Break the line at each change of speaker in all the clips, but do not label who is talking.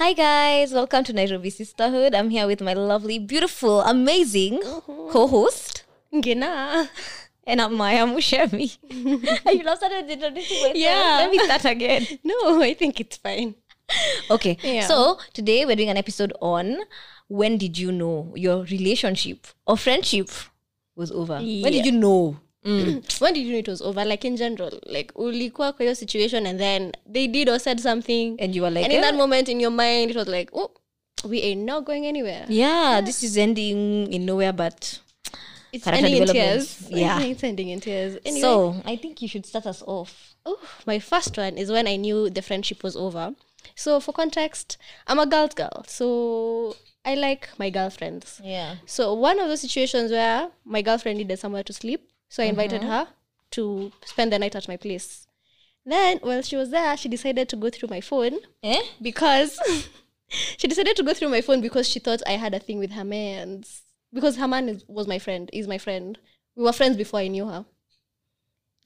Hi guys, welcome to Nairobi Sisterhood. I'm here with my lovely, beautiful, amazing co-host
Ngina.
and I'm Maya Mushemi. you love started introducing myself.
Yeah.
Let me start again.
No, I think it's fine.
Okay.
Yeah.
So today we're doing an episode on when did you know your relationship or friendship was over? When did
Yeah.
you know?
when did you know it was over? Like in general, like ulikuwa kwa hiyo situation and then they did or said something.
And you were like,
and in
"Eh,
that moment in your mind, it was like, oh, we ain't not going anywhere.
yeah, this is ending in nowhere, but
It's
Character
ending in
development.
tears.
Yeah.
it's ending in tears. Anyway,
so I think you should start us off.
oh, my first one is when I knew the friendship was over. So for context, I'm a girl's girl. So I like my girlfriends.
Yeah.
So one of those situations where my girlfriend needed somewhere to sleep, so I invited her to spend the night at my place. Then while she was there, she decided to go through my phone
Eh?
because she decided to go through my phone because she thought I had a thing with her man's because her man is, was my friend, is my friend. We were friends before I knew her.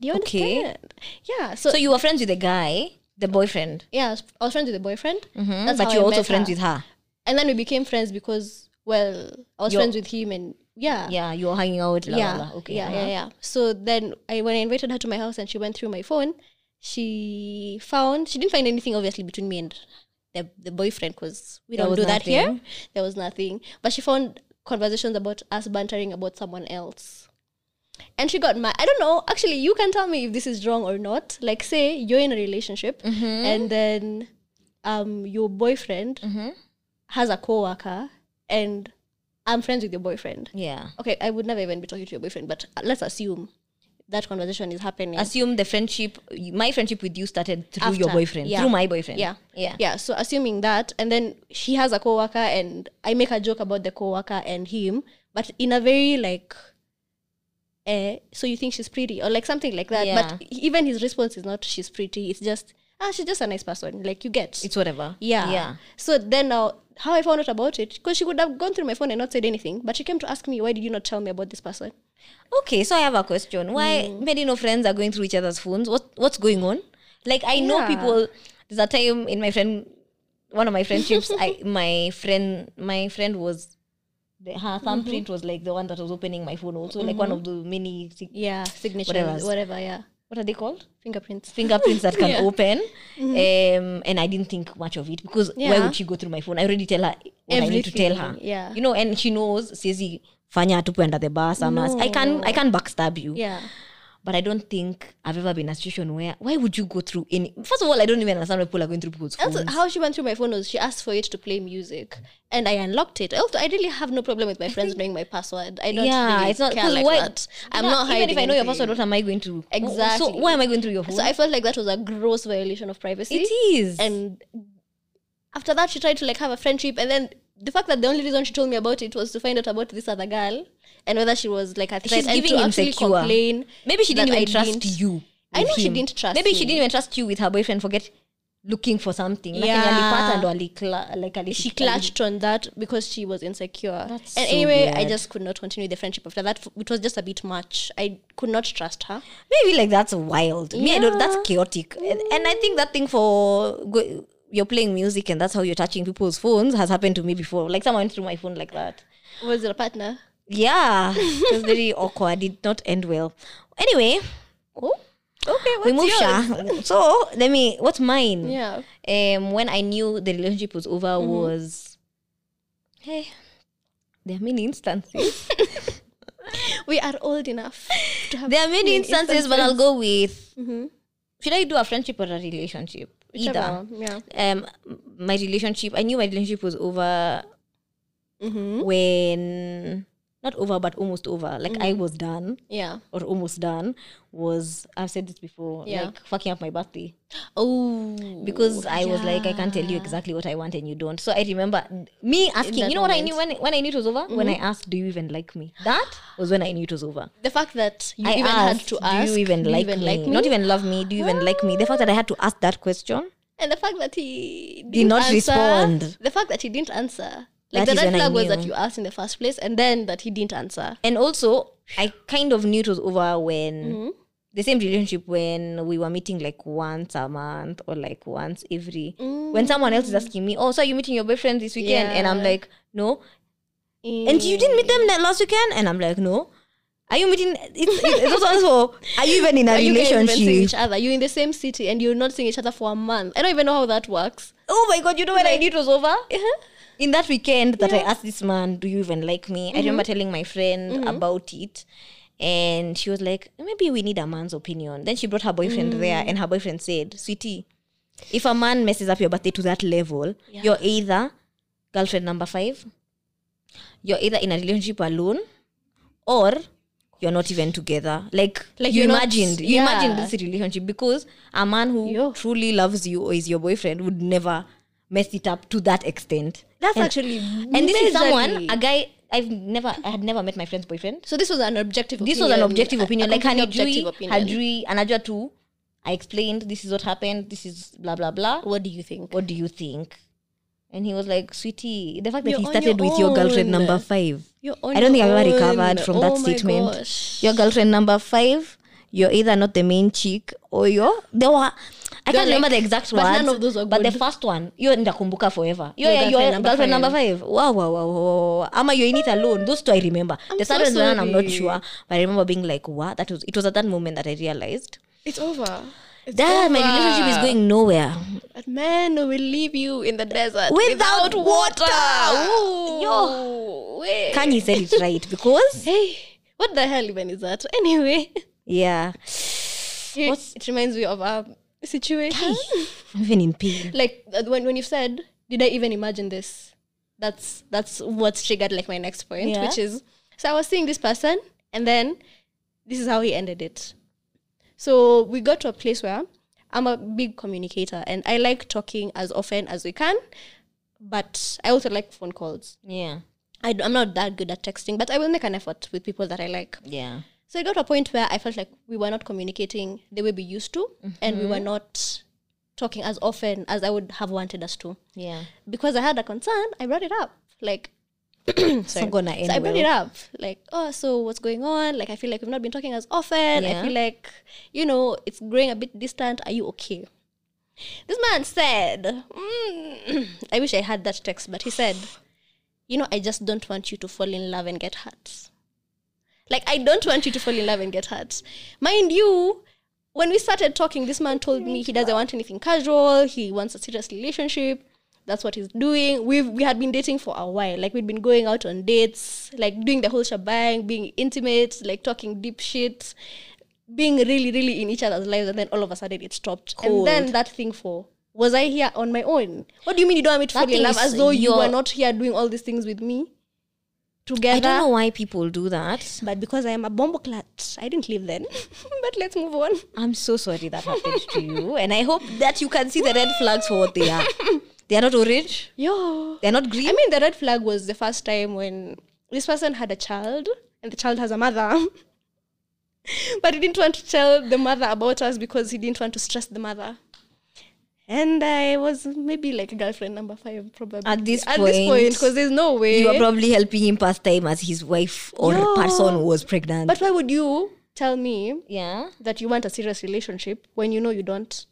Do you
Okay.
understand? Yeah. So,
So you were friends with the guy, the boyfriend.
yeah, I was- I was friends with the boyfriend.
Mhm.
That's
but
how
you're
I
also
met
friends
her.
with her.
and then we became friends because well, I was
You're-
friends with him and yeah.
Yeah, you're hanging out. La, la,
Uh, yeah,
la. Okay.
yeah, yeah,
uh-huh.
yeah. So then, I when I invited her to my house and she went through my phone, she found she didn't find anything obviously between me and the the boyfriend because we
There
don't
was
do that here.
nothing.
There was nothing, but she found conversations about us bantering about someone else. And she got mad. I don't know. Actually, you can tell me if this is wrong or not. Like, say you're in a relationship,
Mm-hmm.
and then um, your boyfriend
Mm-hmm.
has a coworker, and I'm friends with your boyfriend
yeah.
okay, I would never even be talking to your boyfriend, but let's assume that conversation is happening.
Assume the friendship, my friendship with you started through your
After.
boyfriend,
Yeah.
through my boyfriend.
yeah.
Yeah.
Yeah. So assuming that, and then she has a coworker, and I make a joke about the coworker and him, but in a very like, eh, so you think she's pretty or like something like that. But even his response is not she's pretty. It's just ah, she's just a nice person. Like you get.
It's whatever.
yeah.
Yeah.
So then now. How I found out about it, because she would have gone through my phone and not said anything, but she came to ask me, why did you not tell me about this person?
Okay, so I have a question. Why
Mm.
many no friends are going through each other's phones? What what's going on? Like I know
Yeah.
people. There's a time in my friend, one of my friendships. I my friend my friend was, the, her
Mm-hmm.
thumbprint was like the one that was opening my phone. Also, like one of the many sig-
Yeah, signature,
Whatevers.
whatever yeah.
what are they called?
Fingerprints.
Fingerprints that can
Yeah. Mm-hmm.
open. Um, and I didn't think much of it because why
Yeah.
would she go through my phone? I already tell her what I need to tell her.
Everything, yeah.
you know, and she knows. Says Fanya to under the bus. No. I can I can backstab you.
Yeah.
but I don't think I've ever been in a situation where why would you go through any first of all I don't even understand why people are going through people's phones.
Also, how she went through my phone was she asked for it to play music, and I unlocked it. Also, I really have no problem with my friends knowing my password. I don't
yeah,
really
it's not
care
'cause
like
why-
that. I'm
Yeah,
not hiding.
even if I know your
anything.
password, what am I going to So
Exactly.
why am I going through your phone?
So I felt like that was a gross violation of privacy.
it is.
And after that, she tried to like have a friendship, and then the fact that the only reason she told me about it was to find out about this other girl and whether she was like a threat
She's
and
giving
to actually
insecure.
complain.
Maybe she didn't
that
even
I
trust
didn't-
you.
I
with
know she
him.
didn't trust
Maybe she
me.
didn't even trust you with her boyfriend for get looking for something. Like,
Yeah.
alipata ndo alikla- like ali-
she clutched on that because she was insecure.
That's
and
so
anyway, I
weird.
just could not continue the friendship after that. It was just a bit much. I could not trust her.
Maybe like that's wild. Me, I don't, that's
Yeah.
chaotic. And, and I think that thing for go, you're playing music and that's how you're touching people's phones has happened to me before. Like someone went through my phone like that.
Was it a partner?
Yeah, it was very awkward. Did not end well. Anyway, oh,
Okay,
we moved. Sha. So let me. What's mine?
Yeah.
Um, when I knew the relationship was over was, hey, there are many instances.
We are old enough to have.
there are many instances, but I'll go with.
Mhm.
Should I do a friendship or a relationship?
Whichever
Either.
one, Yeah.
Um, my relationship. I knew my relationship was over
Mm-hmm.
when not over, but almost over. Like I was done.
Yeah.
or almost done was I've said this before,
Yeah.
like fucking up my birthday
Oh.
because I was like I can't tell you exactly what I want and you don't. So I remember me asking.
that Mm-hmm.
You know what I knew when when I knew it was over when I asked, "Do you even like me?" That was when I knew it was over.
The fact that you
I
even
asked,
had to ask.
"Do you even, like, me? Not even love me? Do you even like me?" The fact that I had to ask that question.
And the fact that he didn't
not
answer,
respond.
The fact that he didn't answer.
That
Like the
is
red
when I
flag was that
knew.
you asked in the first place, and then that he didn't answer. Mm-hmm.
And also, I kind of knew it was over when the same relationship when we were meeting like once a month or like once every when someone else is asking me, Oh, so are you meeting your boyfriend this weekend? And I'm
Mm. Yeah.
like, No. And you didn't meet them na- last weekend? And I'm like, No. Are you meeting it's, it's also also are you even in a
Are you guys even
relationship?
seeing each other. You're in the same city and you're not seeing each other for a month. I don't even know how that works.
oh my god, you know when I
Like-
did was over?
Uh-huh.
in that weekend that I asked this man, "Do you even like me?" I remember
Mm-hmm.
telling my friend about it, and she was like, "Maybe we need a man's opinion." Then she brought her
Mm.
boyfriend there, and her boyfriend said, "Sweetie, if a man messes up your birthday to that level, you're either girlfriend number five, you're either in a relationship alone, or." You're not even together. Like,
Like
you
you're not-
imagined, you
yeah.
imagined this relationship because a man who
Yo.
truly loves you or is your boyfriend would never mess it up to that extent
That's
And-
actually And
and this is someone a guy i've never i had never met my friend's boyfriend
So this was an objective
this
opinion.
was an objective
A- a
opinion like
completely
hanijui
objective opinion.
hajui anajua tu i explained this is what happened this is blah blah blah
What do you think?
what do you think and he was like sweetie the fact that
You're
he
on
started
your
with your girlfriend
own.
number five
You're on
i don't think
your
i've ever
own.
recovered from that
Oh my
statement
gosh.
your girlfriend number five you're either not the main chick or you're they were I
They're
can't remember
like-
the exact
but
words,
none of those were
but the
good.
first one, you ndakumbuka forever. You're,
Your
your
girlfriend
girlfriend,
number five.
number five. Wow, wow, wow, wow, wow. Ama you're in it alone. Those two I remember. the
so
third one, I'm not
sorry.
sure, but I remember being like, "What?" That was. It was at that moment that I realized
It's over. It's
that my relationship is
over.
going nowhere
That man will leave you in the desert
without, water.
Ooh.
Yo,
Wait.
Kanye said it right because
Hey, what the hell even is that? Anyway,
yeah,
it,
What's-
it reminds me of a situation.
I'm even in pain.
like uh, when when you've said, did I even imagine this? That's that's what's triggered like my next point,
Yeah.
which is so I was seeing this person, and then this is how he ended it. So we got to a place where I'm a big communicator, and I like talking as often as we can, but I also like phone calls.
Yeah,
I, am not that good at texting, but I will make an effort with people that I like.
yeah,
So I got to a point where I felt like we were not communicating the way we used to, and we were not talking as often as I would have wanted us to.
yeah.
Because I had a concern, I brought it up. Like,
Hmm, It's not gonna end
so I brought it
well.
up. Like, oh, so what's going on? Like, I feel like we've not been talking as often.
Yeah.
I feel like, you know, it's growing a bit distant. Are you okay? This man said, mm, I wish I had that text, but he said, you know, I just don't want you to fall in love and get hurt. Like, I don't want you to fall in love and get hurt. Mind you, when we started talking, this man told me he doesn't want anything casual. He wants a serious relationship. That's what he's doing. We've we had been dating for a while. Like we'd been going out on dates, like doing the whole shebang, being intimate, like talking deep shit, being really, really in each other's lives, and then all of a sudden it stopped.
Cold.
And then that thing for was I here on my own? What do you mean you don't want me to
That
fall in
thing
love
is
as though you
your-
were not here doing all these things with me together?
I don't know why people do that.
But because I am a bomboclat, I didn't leave then. but let's move on.
I'm so sorry that happened to you. And I hope that you can see the red flags for what they are. They are not orange,
Yo.
they are not green.
I mean, the red flag was the first time when this person had a child and the child has a mother. but he didn't want to tell the mother about us because he didn't want to stress the mother. And I was maybe like girlfriend number five, probably.
At this
At this
point,
point, because there's no way.
you were probably helping him pass time as his wife or
Yeah.
person who was pregnant.
but why would you tell me
yeah.
that you want a serious relationship when you know you don't?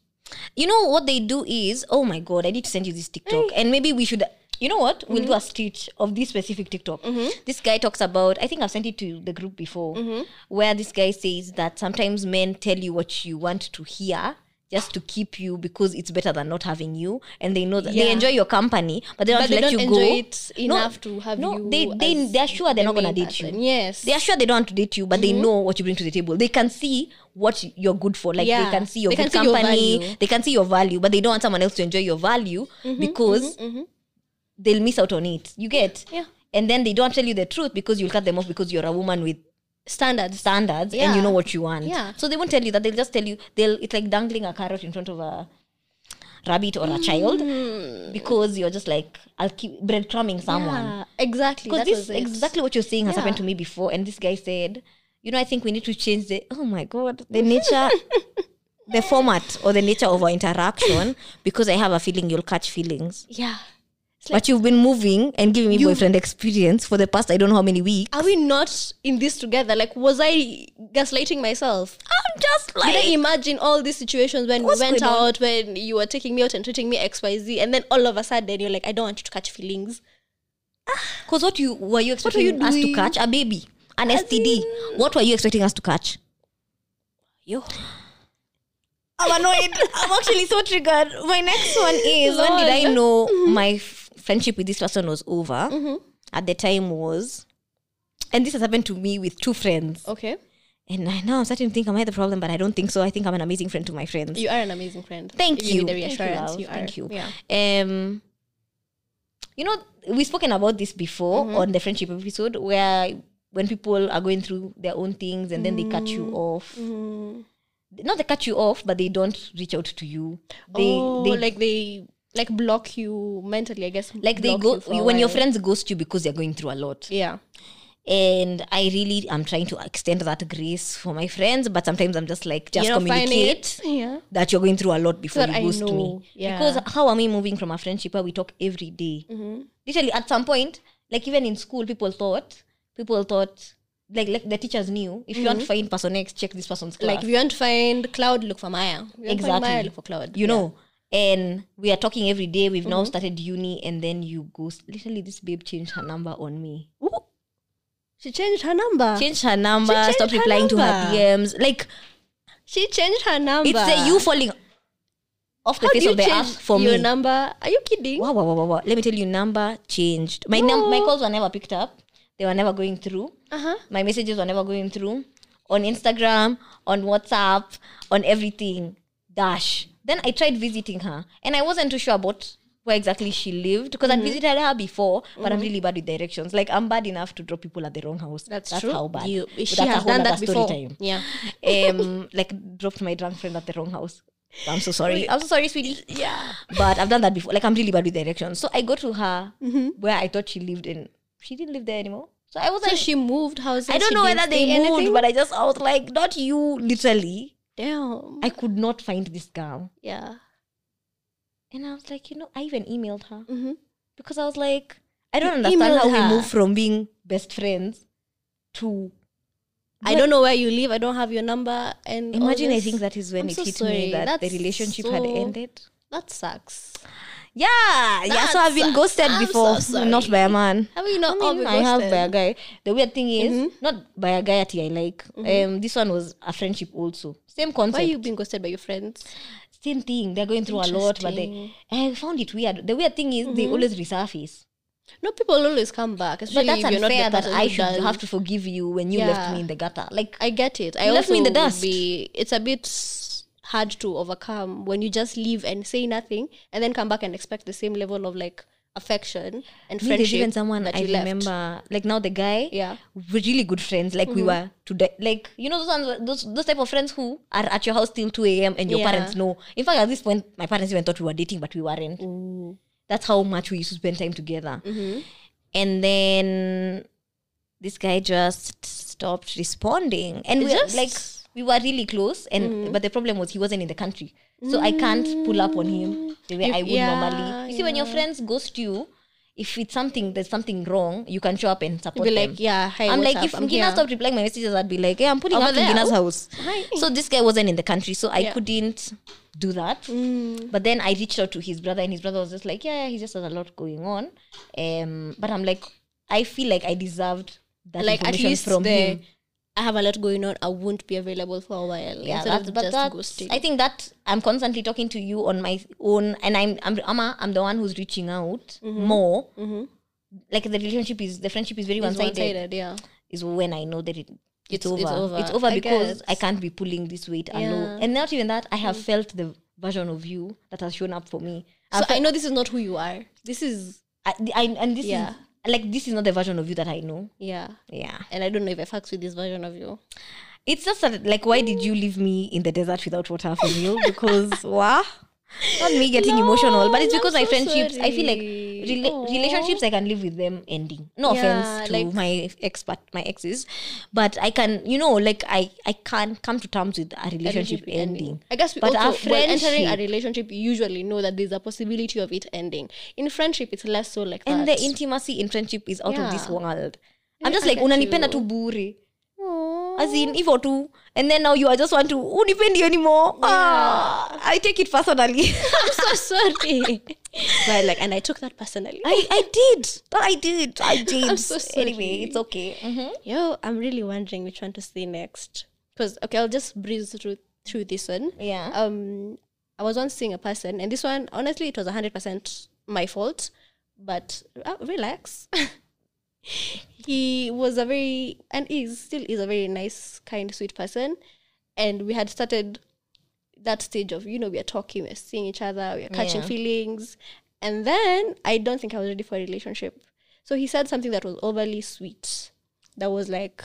You know what they do is, oh my god, I need to send you this TikTok. And maybe we should you know what? We'll
Mm-hmm.
do a stitch of this specific TikTok. This guy talks about I think I've sent it to the group before,
Mm-hmm.
where this guy says that sometimes men tell you what you want to hear just to keep you because it's better than not having you and they know that they
Yeah.
enjoy your company but they don't
But they
let
don't
you
enjoy
go
it enough to have
no,
you
they, they
as
they're sure they're
the
not gonna
main
date you
person. Yes.
they are sure they don't want to date you, but
Mm-hmm.
they know what you bring to the table. They can see what you're good for. Like
Yeah.
they can see your
They can
good
see your
company.
value. Mm-hmm,
they can see your value, but they don't want someone else to enjoy your value because they'll miss out on it. You get?
Yeah.
And then they don't tell you the truth because you'll cut them off because you're a woman with
Standards.
standards and you
Yeah.
know what you want.
Yeah.
So they won't tell you that. They'll just tell you they'll it's like dangling a carrot in front of a rabbit or a child because you're just like I'll keep breadcrumbing someone
Mm. Yeah, exactly.
because
that
this
was it.
exactly what you're saying has
Yeah.
happened to me before and this guy said you know i think we need to change the oh my god the nature the format or the nature of our interaction because i have a feeling you'll catch feelings
Yeah.
but you've been moving and giving me
You-
boyfriend experience for the past I don't know how many weeks.
Are we not in this together? Like, was I gaslighting myself?
I'm just
Did I imagine all these situations when we
What's
went
going on?
out, when you were taking me out and treating me XYZ, and then all of a sudden you're like, I don't want you to catch feelings.
because what you were you
are
expecting
you
us to
doing?
catch a baby, an STD? What were you expecting us to catch?
Yo.
I'm annoyed. I'm actually so triggered. My next one is when did I
Lord. Mm-hmm.
know my f- friendship with this person was over? At the time was, and this has happened to me with two friends.
Okay.
And I know I'm starting to think am I the problem? But I don't think so. I think I'm an amazing friend to my friends.
You are an amazing friend.
Thank
If
you.
need the
Thank you,
reassurance.
love.
you are.
Thank you.
Yeah.
Um, you know, we've spoken about this before
Mm-hmm.
on the friendship episode, where when people are going through their own things and then they cut
Mm-hmm.
you off. Not they cut you off, but they don't reach out to you. They
oh,
they
like they like block you mentally, I guess.
like they go
block for a
when your
while.
friends ghost you because they're going through a lot.
Yeah.
And I really am trying to extend that grace for my friends, but sometimes I'm just like just
You know, find
communicate.
it. Yeah.
that you're going through a lot before
that
you
I
ghost me.
know. Yeah. Mm-hmm.
Because how am I moving from a friendship where we talk every day? Literally, at some point, like even in school, people thought, people thought, like, like the teachers knew, if you want to find person X, check this person's class.
Mm-hmm. Like if you want to find cloud, look for Maya. If you want to find Maya,
Exactly.
look for cloud.
you know, and we are talking every day. We've
Mm-hmm.
now started uni, and then you ghost. Literally, this babe changed her number on me.
She changed her number.
Changed her number,
Ah. changed
stopped
her
replying
number.
to her DMs. Like,
She changed her number.
it's the you falling off the
How do
face
you
of the
change
earth for
your
me.
number? Are you kidding?
wow, wow, wow, wow, wow. Let me tell you, number changed. My num- my
No.
calls were never picked up. They were never going through.
Uh huh.
My messages were never going through. On Instagram, on WhatsApp, on everything. Dash. Then I tried visiting her, and I wasn't too sure about where exactly she lived because I'd visited her before, but I'm really bad with directions. Like I'm bad enough to drop people at the wrong house.
That's, true.
how bad.
You,
But
she
that's a
has
whole
done
other
that before.
Story time.
Yeah.
Um, like dropped my drunk friend at the wrong house. I'm so sorry. I'm so sorry, sweetie
Yeah.
but I've done that before. Like I'm really bad with directions. So I go to her where I thought she lived in. She didn't live there anymore. So I wasn't.
Mm-hmm. So she moved houses.
I don't
she
know
didn't
whether they
say
moved,
anything.
but I just I was like, not you, literally.
Damn.
I could not find this girl,
yeah.
and I was like, you know, I even emailed her
Mm-hmm.
because I was like, I don't
You
understand how
emailed her?
we move from being best friends to.
I don't know where you live. I don't have your number. And all
Imagine, I
this.
think that is when
I'm
it
so
hit
sorry.
me that the
That's
relationship had
so-
ended.
that sucks.
Yeah, yeah. So I've been
sucks.
ghosted
I'm so
before, not
sorry.
by a man.
Have you not
I
all
mean, Mm-hmm.
been
I have by a
ghosted?
guy. The weird thing is, not by a guy that I like. Um, this one was a friendship also. Same
Why
concept,
are you being ghosted by your friends?
same thing. They're going through a lot, but they. I found it weird. The weird thing is, they always resurface.
No, people always come back.
But
Especially
that's
if you're not
unfair
the
that
person
I
who
should
does.
have to forgive you when you left
Yeah.
me in the gutter. Like,
I get it. I
You
also
left me in the
would
dust.
Be, it's a bit hard to overcome when you just leave and say nothing, and then come back and expect the same level of like affection and
me,
friendship.
there's even someone
that
I
you left.
remember. Like now, the guy.
Yeah. Mm-hmm.
We're really good friends. Like we were today. Like you know those ones, those those type of friends who are at your house till two a.m. and your
Yeah.
parents know. In fact, at this point, my parents even thought we were dating, but we weren't. That's how much we used to spend time together.
Mm-hmm.
And then this guy just stopped responding, and we
Just- Mm-hmm.
like we were really close. And but the problem was he wasn't in the country, so I can't pull up on him the way
You-
I would
yeah,
normally. You see, when your friends ghost you, if it's something there's something wrong, you can show up and support
Be
them.
like, yeah, hi,
I'm
what's
like,
up?
if
I'm
Ngina
here.
stopped replying my messages, I'd be like, yeah, I'm pulling
Over
up to
there.
Ngina's house.
Hi.
So this guy wasn't in the country, so I
Yeah.
couldn't do that.
Mm.
But then I reached out to his brother, and his brother was just like, yeah, yeah, he just has a lot going on. Um, but I'm like, I feel like I deserved that
like at
information
least
from
the,
him.
I have a lot going on. I won't be available for a while.
Yeah,
instead
that's,
of
but
just
that's,
ghosting.
I think that I'm constantly talking to you on my own, and I'm I'm Ama, I'm the one who's reaching out
Mm-hmm.
more. Like the relationship is the friendship is very
It's
one-sided.
one-sided, Yeah,
is when I know that it, it's,
It's-
over.
it's
It's over,
over. I
because I
guess.
can't be pulling this weight alone.
Yeah. Mm.
And not even that, I have felt the version of you that has shown up for me.
so
I've
I know this is not who you are. This is
I, I, and this
Yeah.
is like this is not the version of you that I know.
yeah,
Yeah,
and I don't know if I fucks with this version of you.
it's just that, like, why did you leave me in the desert without water for you? Because wow, not me getting emotional, but it's
Lord,
because
I'm
my
so
friendships. I feel like
really
Rela-
Aw.
relationships I can live with them ending. No
Yeah,
offense to
like-
my ex, but my exes, but I can, you know, like I I can't come to terms with a
A
relationship, ending.
I guess we
But our
also when entering a
friendship-
relationship, you usually know that there's a possibility of it ending. In friendship, it's less so like
And
that.
the intimacy in friendship is out of this
Yeah.
world. I'm just
I
like
get
unanipenda
you.
tu bure.
Aw.
As in if or two. And then now you are just want to unipendi anymore. Ah, I take it personally.
I'm so sorry. but like, and I took that personally.
I, I did. I did. I did.
so sorry. Mm-hmm.
anyway, it's okay. Mhm.
Yo, I'm really wondering which one to see next. Because okay, I'll just breeze through through this one.
Yeah.
Um, I was once seeing a person, and this one honestly, it was hundred percent my fault. But uh, relax. he was a very and is still is a very nice, kind, sweet person, and we had started that stage of you know we are talking, we're seeing each other, we're catching
Yeah.
feelings, and then I don't think I was ready for a relationship. So he said something that was overly sweet, that was like,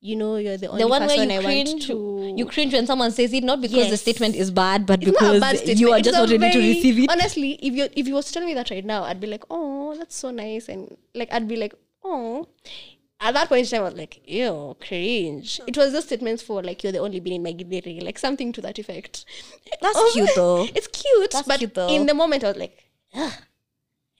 you know, you're the only
the one where
person
you
I want
cringe,
to.
you cringe when someone says it, not because the
Yes.
statement is bad, but
It's
because
not a bad statement.
you are
It's
just
a
not ready to
very-
receive it.
Honestly, if you if you was to tell me that right now, I'd be like, oh, that's so nice, and like I'd be like, oh. At that point in time, I was like, ew, cringe. It was just statements for like you're the only bean in my gideri, like something to that effect.
That's
Oh,
cute though.
It's cute,
That's
but
cute, though.
in the moment, I was like, "Ugh,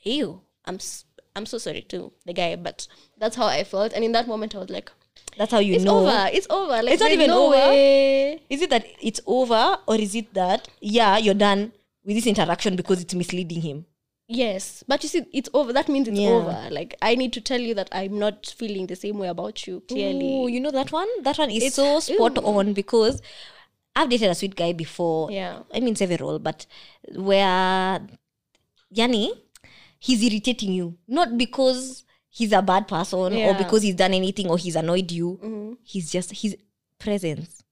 ew. I'm s- I'm so sorry to the guy, but that's how I felt. And in that moment, I was like,
That's how you
it's
know.
over. It's over. Like,
It's not
there's
even
no
over.
way.
Is it that it's over, or is it that yeah, you're done with this interaction because it's misleading him?
Yes, but you see, it's over. That means it's
Yeah.
over. Like I need to tell you that I'm not feeling the same way about you.
Ooh,
Clearly,
you know that one? That one is
It's-
so spot on because I've dated a sweet guy before.
Yeah.
I mean several, but where Yani, he's irritating you. Not because he's a bad person or
Yeah.
because he's done anything or he's annoyed you.
Mm-hmm.
He's just his presence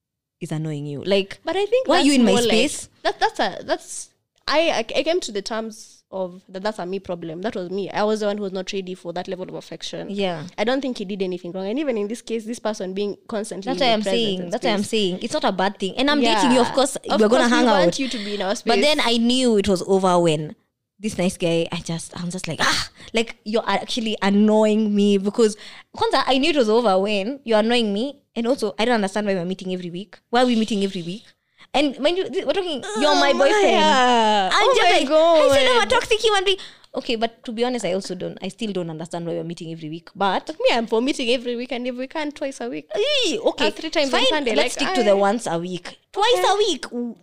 is annoying you. Like
but I think
Why are
that's
you in my
more like-
space?
that that's a that's I I I came to the terms of that that's a me problem. That was me. I was the one who was not ready for that level of affection.
Yeah.
I don't think he did anything wrong. And even in this case, this person being constantly
That's
in
what
your
I'm
presence
saying.
and
That's what I'm
space.
saying. It's not a bad thing. And I'm dating you, of
Yeah.
course,
Of
we're
course
gonna hang
we
out.
Want you to be in our space.
But then I knew it was over when this nice guy, I just, I'm just like, ah, like you're actually annoying me because Kwanza, I knew it was over when you're annoying me. And also, I don't understand why we're meeting every week. Why are we meeting every week? And mind you, th- we're talking, you're Oh my boyfriend.
Yeah.
I'm
oh
just
my
like,
God.
I said, I'm a toxic human being. Okay, but to be honest, I also don't, I still don't understand why we're meeting every week. But,
me, I'm for meeting every week, and if we can, twice a week.
eh, okay,
Uh, three times on
fine,
Sunday,
let's
like,
stick to the
I-
once a week. Twice a week. Ooh.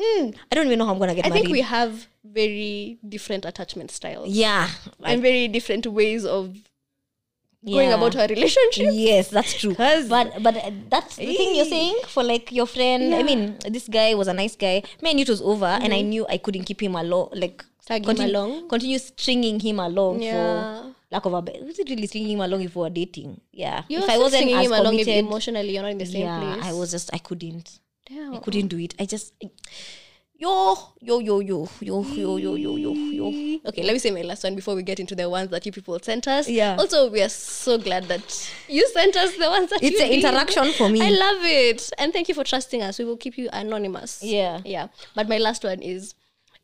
Mm, I don't even know how I'm going to get
I
married.
think we have very different attachment styles
yeah. I-
and very different ways of going
Yeah.
about our relationship.
yes that's true
'Cause-
but but uh, that's the thing you're
Eh.
saying for like your friend i
Yeah. Mm-hmm.
mean this guy was a nice guy me i knew it was over and i knew i couldn't keep him along like
Tag him along.
continue stringing him along
Yeah.
for lack of a be- was it really stringing him along if we were dating yeah
You're
if i wasn't
singing
as
him along if
committed
emotionally, you're not in the same
yeah
place. Oh.
i was just i couldn't
Damn.
i couldn't do it i just yo yo yo yo yo yo yo yo yo yo
Okay, let me say my last one before we get into the ones that you people sent us.
Yeah.
Also, we are so glad that you sent us the ones that
It's
you
an
did.
interaction for me.
I love it, and thank you for trusting us. We will keep you anonymous.
Yeah.
yeah. But my last one is,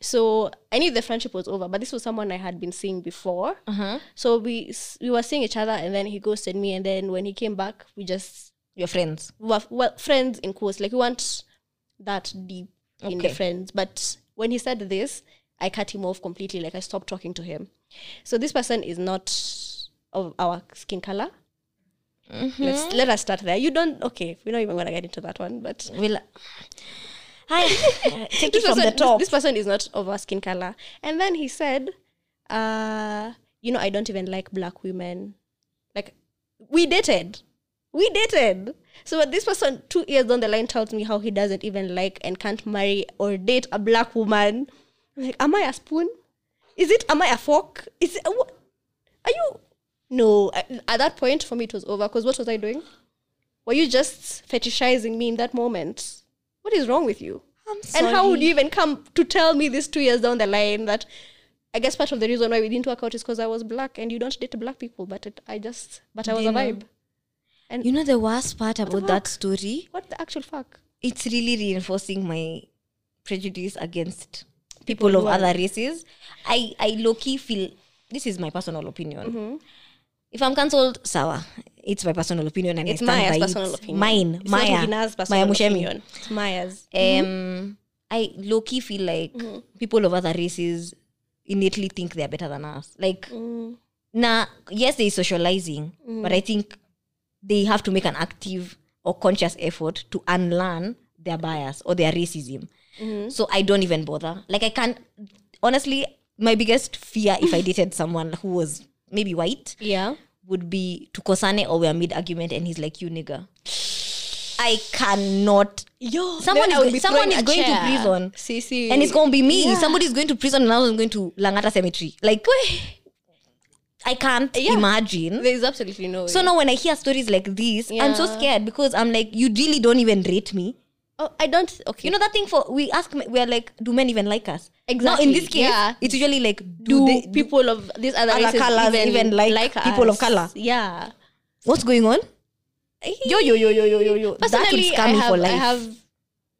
so I knew the friendship was over, but this was someone I had been seeing before. Uh-huh. So we s- we were seeing each other, and then he ghosted me, and then when he came back, we just
your friends
we were, we friends in course. Like we weren't that deep in the
Okay.
friends. But when he said this, I cut him off completely. Like I stopped talking to him. So this person is not of our skin color. Let's let us start there. You don't okay. We're not even gonna get into that one, but
will I uh, take it
this
from
person,
the
this-
top.
This, person is not of our skin color. And then he said, uh, you know, I don't even like black women. Like, we dated. We dated. So but this person, two years down the line, tells me how he doesn't even like and can't marry or date a black woman. I'm like, am I a spoon? Is it, am I a fork? Is it, what? Are you? No. At at that point, for me, it was over because what was I doing? Were you just fetishizing me in that moment? What is wrong with you?
I'm
And how would you even come to tell me this two years down the line that I guess part of the reason why we didn't work out is because I was black and you don't date black people, but it, I just, but I was a
Dinner.
vibe. And
You know the worst part about that story?
what the actual fuck?
It's really reinforcing my prejudice against people of other races. I, I low key feel this is my personal opinion.
Mm-hmm.
If I'm cancelled, sour. It's my personal opinion and
It's
I stand
Maya's
by
personal
it.
opinion.
Mine,
It's
Maya, Um,
not Hina's personal
Maya Mushemi.
opinion. It's Maya's. Mm-hmm.
Um, I low key feel like people of other races innately think they're better than us. Like,
Mm.
nah, yes, they socializing, but I think they have to make an active or conscious effort to unlearn their bias or their racism.
Mm-hmm.
So I don't even bother. Like, I can't, honestly, my biggest fear if I dated someone who was maybe white
Yeah.
would be to Kosane or we're mid argument and he's like, you nigger. I cannot
Yo,
Someone is
then I would
go-
be
someone
throwing
is
a
going to
chair.
prison.
See, see.
and it's gonna be me.
Yeah.
Somebody's going to prison, and I'm going to Langata Cemetery. Like, I can't
Yeah.
imagine.
There's absolutely no way.
so now, when I hear stories like this, I'm so
Yeah.
scared because I'm like, you really don't even rate me.
oh, I don't. Okay.
You know that thing for we ask, men- we're like, do men even like us?
Exactly,
Now in this case,
yeah.
it's usually like,
do
do, they, people?
people of these other,
other
races
colours
even,
even like people of colour?
Yeah.
What's going on? Yo yo yo yo yo yo yo. that will
Personally,
scam
I,
me
have,
for
I
life.
have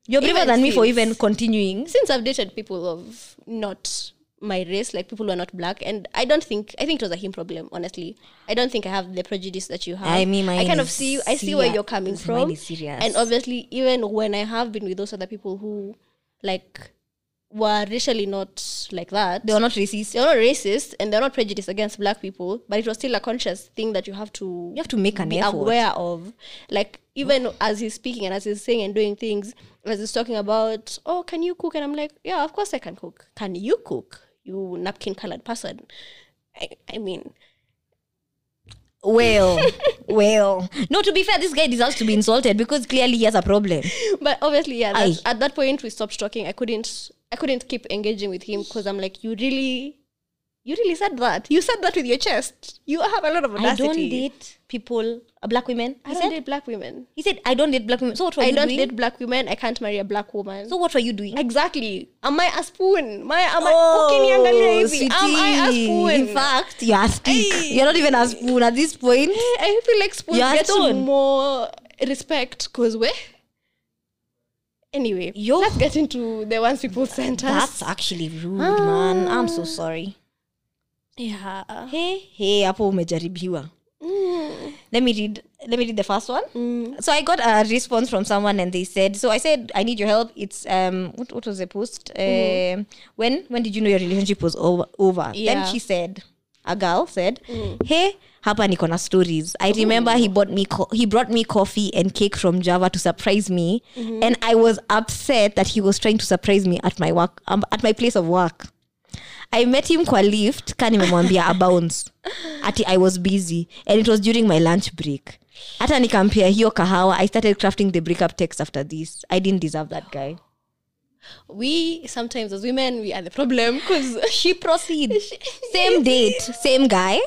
You're braver
even
than me for
since-
even continuing.
since I've dated people of not my race, like people who are not black, and I don't think I think it was a him problem. Honestly, I don't think I have the prejudice that you have.
I mean, mine
I kind of
is
see I see where
serious.
you're coming
Mine
from,
is serious.
and obviously, even when I have been with those other people who like were racially not like that,
They are not racist.
they're not racist and they're not prejudiced against black people, but it was still a conscious thing that you have to
You have to make an
be
effort.
aware of. Like even as he's speaking and as he's saying and doing things, as he's talking about, oh, can you cook? And I'm like, yeah, of course I can cook. Can you cook? You napkin colored person. I, I mean,
Well, well. No, to be fair, this guy deserves to be insulted because clearly he has a problem.
but obviously, yeah. That,
Aye.
at that point, we stopped talking. I couldn't, I couldn't keep engaging with him because I'm like, you really, you really said that. You said that with your chest. You have a lot of
I
audacity.
don't date people, uh, black women.
I
He
don't
said,
date black women.
he said, I don't date black women. So what were
I
you
don't
doing?
date black women. I can't marry a black woman.
so what were you doing?
exactly. Am I a spoon? My am
Oh,
I ukiniangalia hivi?
sweetie.
Am I a
In
spoon?
fact, you're a stick.
Hey.
You're not even a spoon at this point.
I feel like spoons
You're a
get
spoon.
more respect because we. Anyway,
Yo.
let's get into the ones people sent us.
That's actually rude, man. I'm so sorry.
yeah.
Hey, hey, hapo umejaribiwa. Let me read. Let me read the first one. So I got a response from someone, and they said, "So I said I need your help. It's um, what, what was the post? Um, when when did you know your relationship was over? over? Then
Yeah.
she said, a girl said, "Hey, hapa niko na stories. I remember he bought me co- he brought me coffee and cake from Java to surprise me, and I was upset that he was trying to surprise me at my work um, at my place of work." I met him kwa lift ka nimemwambia abounce ati i was busy and it was during my lunch break hata nikampia hiyo kahawa i started crafting the breakup text after this i didn't deserve that guy
We sometimes as women we are the problem because
she proceed same date same guy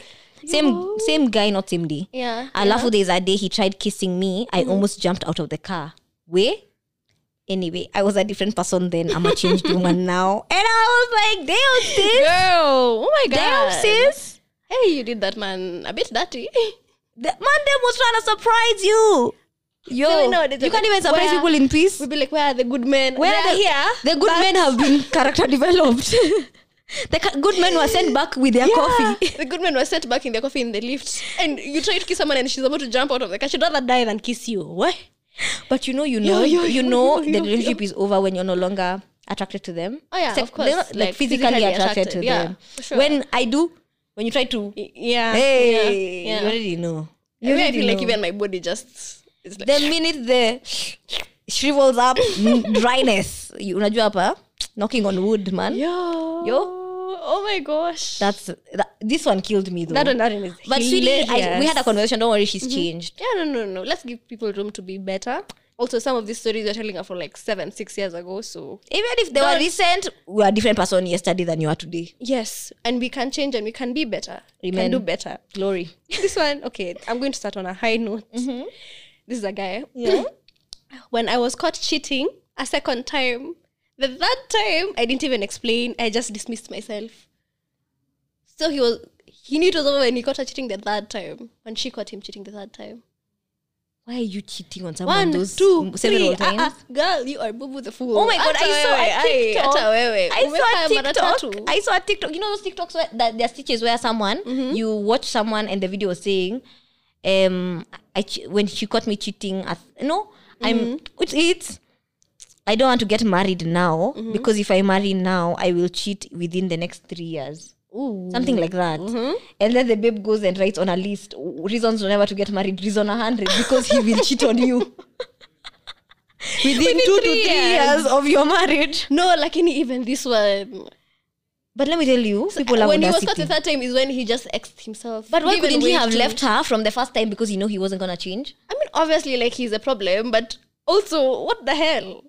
same same guy not same day
yeah. Mm.
alafu there's a day he tried kissing me i almost jumped out of the car we anyway i was a different person then i'm a changed woman now and i was like damn sis
Girl, oh my god.
damn sis
Hey, you did that man a bit dirty.
The man them was trying to surprise you. Yo,
No, no, there's
you
a-
can't even surprise
where-
people in peace.
We'd be like, where are the good men?
Where
They
are
are
the, the
here.
good men have been character developed. the ca- good men were sent back with their coffee.
the good man was sent back in the coffee in the lift, and you try to kiss someone, and she's about to jump out of the car. She'd rather die than kiss you. What?
But you know, you know,
yo,
you
yo,
know,
yo,
the
yo,
relationship is over when you're no longer attracted to them.
Oh, yeah,
Sex-
of course,
they're not, like,
like,
physically,
physically
attracted,
attracted,
to
yeah,
them.
for sure.
When I do, when you try to,
Yeah.
hey,
Yeah.
you already know.
I,
You
mean, I
already
feel like
know.
even my body just is like.
the minute the shrivels up n- dryness you unajua hapa knocking on wood man
yo.
Yo.
Oh my gosh.
that's that, this one killed me though
that one, Mm-hmm. that one is.
but sweetie I, we had a
hilarious.
conversation don't worry she's changed
Yeah, no, no, no. Let's give people room to be better. Also, some of these stories you're telling are from like seven, six years ago. So
even if they were
Don't-
recent we're a different person yesterday than you are today
yes, and we can change and we can be better. We
Amen.
can do better.
glory
this one okay i'm going to start on a high note this is a guy
Mm-hmm. Yeah.
when i was caught cheating a second time the third time i didn't even explain i just dismissed myself so he was he knew it was over when he caught her cheating the third time when she caught him cheating the third time
why are you cheating on someone
One,
those
two,
m- several
three. Ah,
times?
ah, girl, you are boo the fool.
Oh my god!
Hata
I saw
wewe,
a
aye,
TikTok.
hata wewe.
I
Umeweka
saw a
mara
TikTok.
tatu.
I saw a TikTok. You know those TikToks where that there are stitches where someone you watch someone and the video was saying, um, I che- when she caught me cheating, at, no, I'm it's, it's I don't want to get married now because if I marry now, I will cheat within the next three years.
Ooh.
Something like that.
Mm-hmm.
And then the babe goes and writes on a list w- reasons never to get married, reason 100 because he will cheat on you. Within, two to three
three years.
years of your marriage.
No, lakini even this one.
But let me tell you, people are
when he was
audacity.
caught the third time is when he just exed himself.
But why
Given
couldn't he
way
have
to-
left her from the first time because he knew he wasn't gonna change?
I mean, obviously, like he's a problem, but also, what the hell?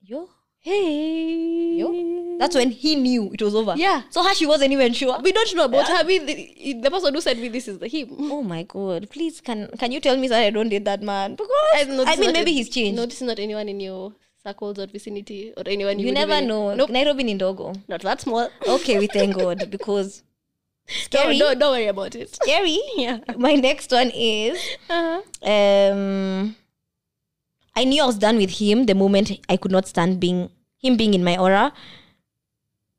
Yo,
Hey.
yo. That's when he knew it was over.
Yeah.
So her, she wasn't even sure.
We don't know about her. We, the, the person who sent me this is the him.
Oh my god! Please, can can you tell me that I don't date that man? Because
I,
I,
know this is
mean,
not
maybe
a-
he's changed.
No, this is not anyone in your circles or vicinity or anyone you
you
would
never
even-
know.
Nope,
Nairobi ni ndogo.
not that small.
Okay, we thank God because scary,
No, no, don't worry about it.
scary.
Yeah.
My next one is
Uh-huh.
um I knew I was done with him the moment I could not stand being him being in my aura.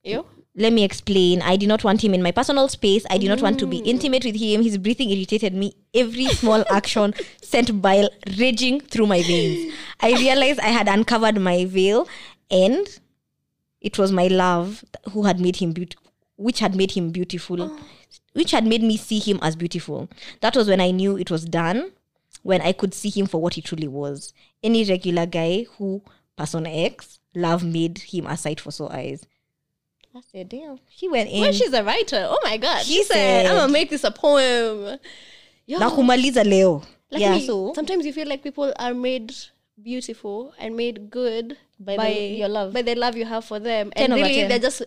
You?
let me explain. I did not want him in my personal space. I did not want to be
Mm.
intimate with him. His breathing irritated me. Every small action sent bile raging through my veins. I realized I had uncovered my veil and it was my love who had made him beautiful, which had made him beautiful, which had made me see him as beautiful. That was when I knew it was done, when I could see him for what he truly was. Any regular guy who, person X, love made him a sight for sore eyes. I said, damn, she went in.
Well, she's a writer. Oh my god.
She
She, said, I'm
said-
gonna make this a poem. Yo.
na kumaliza leo
Like
yeah
me,
so
sometimes you feel like people are made beautiful and made good
By the- your love.
by the love you have for them.
10
And
over
really,
10.
they're just.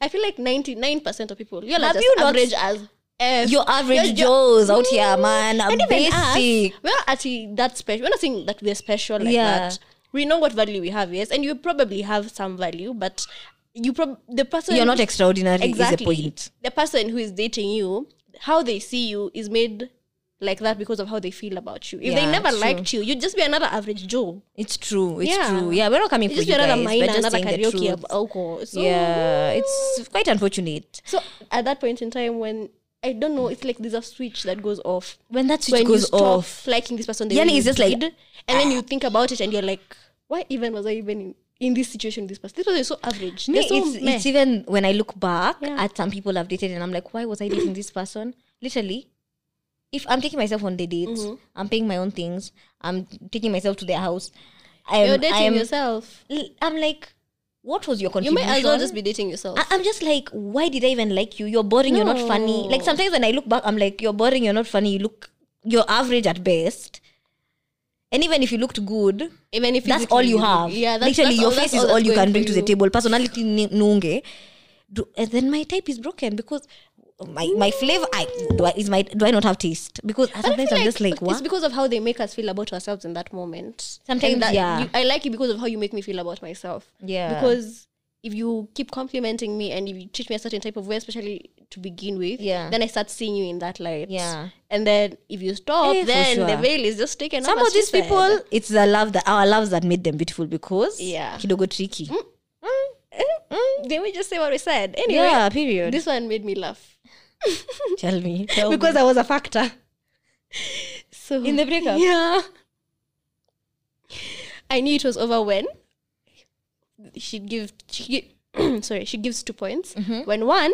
I feel like ninety nine percent of people. You're like
Have
just
you not-
average as F.
your average Mm.
You're- Mm.
joes out here man
and even
basic
us, we're actually that special. We're not saying that we're special like
Yeah.
that. We know what value we have, yes, and you probably have some value, but you prob the person
you're not extraordinary
exactly
is a point
the person who is dating you how they see you is made like that because of how they feel about you if they
Yeah,
never
true.
liked you you'd just be another average joe
it's true it's
Yeah.
true yeah we're not coming
you'd
for
just
you
be another
guys
minor
we're just
another
saying the
karaoke
truth
ab- alcohol so,
yeah it's quite unfortunate
so at that point in time when i don't know it's like there's a switch that goes off
when that switch
when you
goes
stop
off
liking this person the
Yeah,
way
it's
you
just like, ah.
did, and then you think about it and you're like why even was i even in, in this situation with this person this person is so average
Me,
They're so
it's,
meh.
it's even when I look back
Yeah.
at some people I've dated and I'm like, why was I dating this person? Literally, if I'm taking myself on the dates,
Mm-hmm.
I'm paying my own things, I'm taking myself to their house. I'm,
you're dating
I'm,
yourself
I'm like, what was your
you
contribution?
might as well just be dating yourself
I, I'm just like, why did I even like you? You're boring. You're not funny. Like
No.
sometimes when I look back, I'm like, you're boring. You're not funny. You look, you're average at best. And even if you looked good,
even if
that's
physically
all you
look-
have.
Yeah, that's,
literally,
that's
your
all-
face
that's
is all
that's
you
going
can bring
for
to the
you.
table. Personality ni- nunge. Do, and then my type is broken because my my flavor. I do I is my do I not have taste? Because
But I
sometimes
feel
I'm just like
It's
what?
because of how they make us feel about ourselves in that moment.
Sometimes,
And that
yeah.
you- I like you because of how you make me feel about myself.
Yeah.
Because if you keep complimenting me and if you treat me a certain type of way, especially to begin with,
Yeah.
then I start seeing you in that light.
Yeah.
And then if you stop,
Eh, for
then the
sure.
veil is just taken
Some
off.
of
as you
these
said.
people, it's the love that our loves that made them beautiful because
Yeah.
kidogo tricky.
Didn't we just say what we said? Anyway,
Yeah, period.
this one made me laugh.
tell me tell me.
because I was a factor. So
In the breakup?
yeah. I knew it was over when she give she gi- sorry she gives two points.
Mm-hmm.
When one,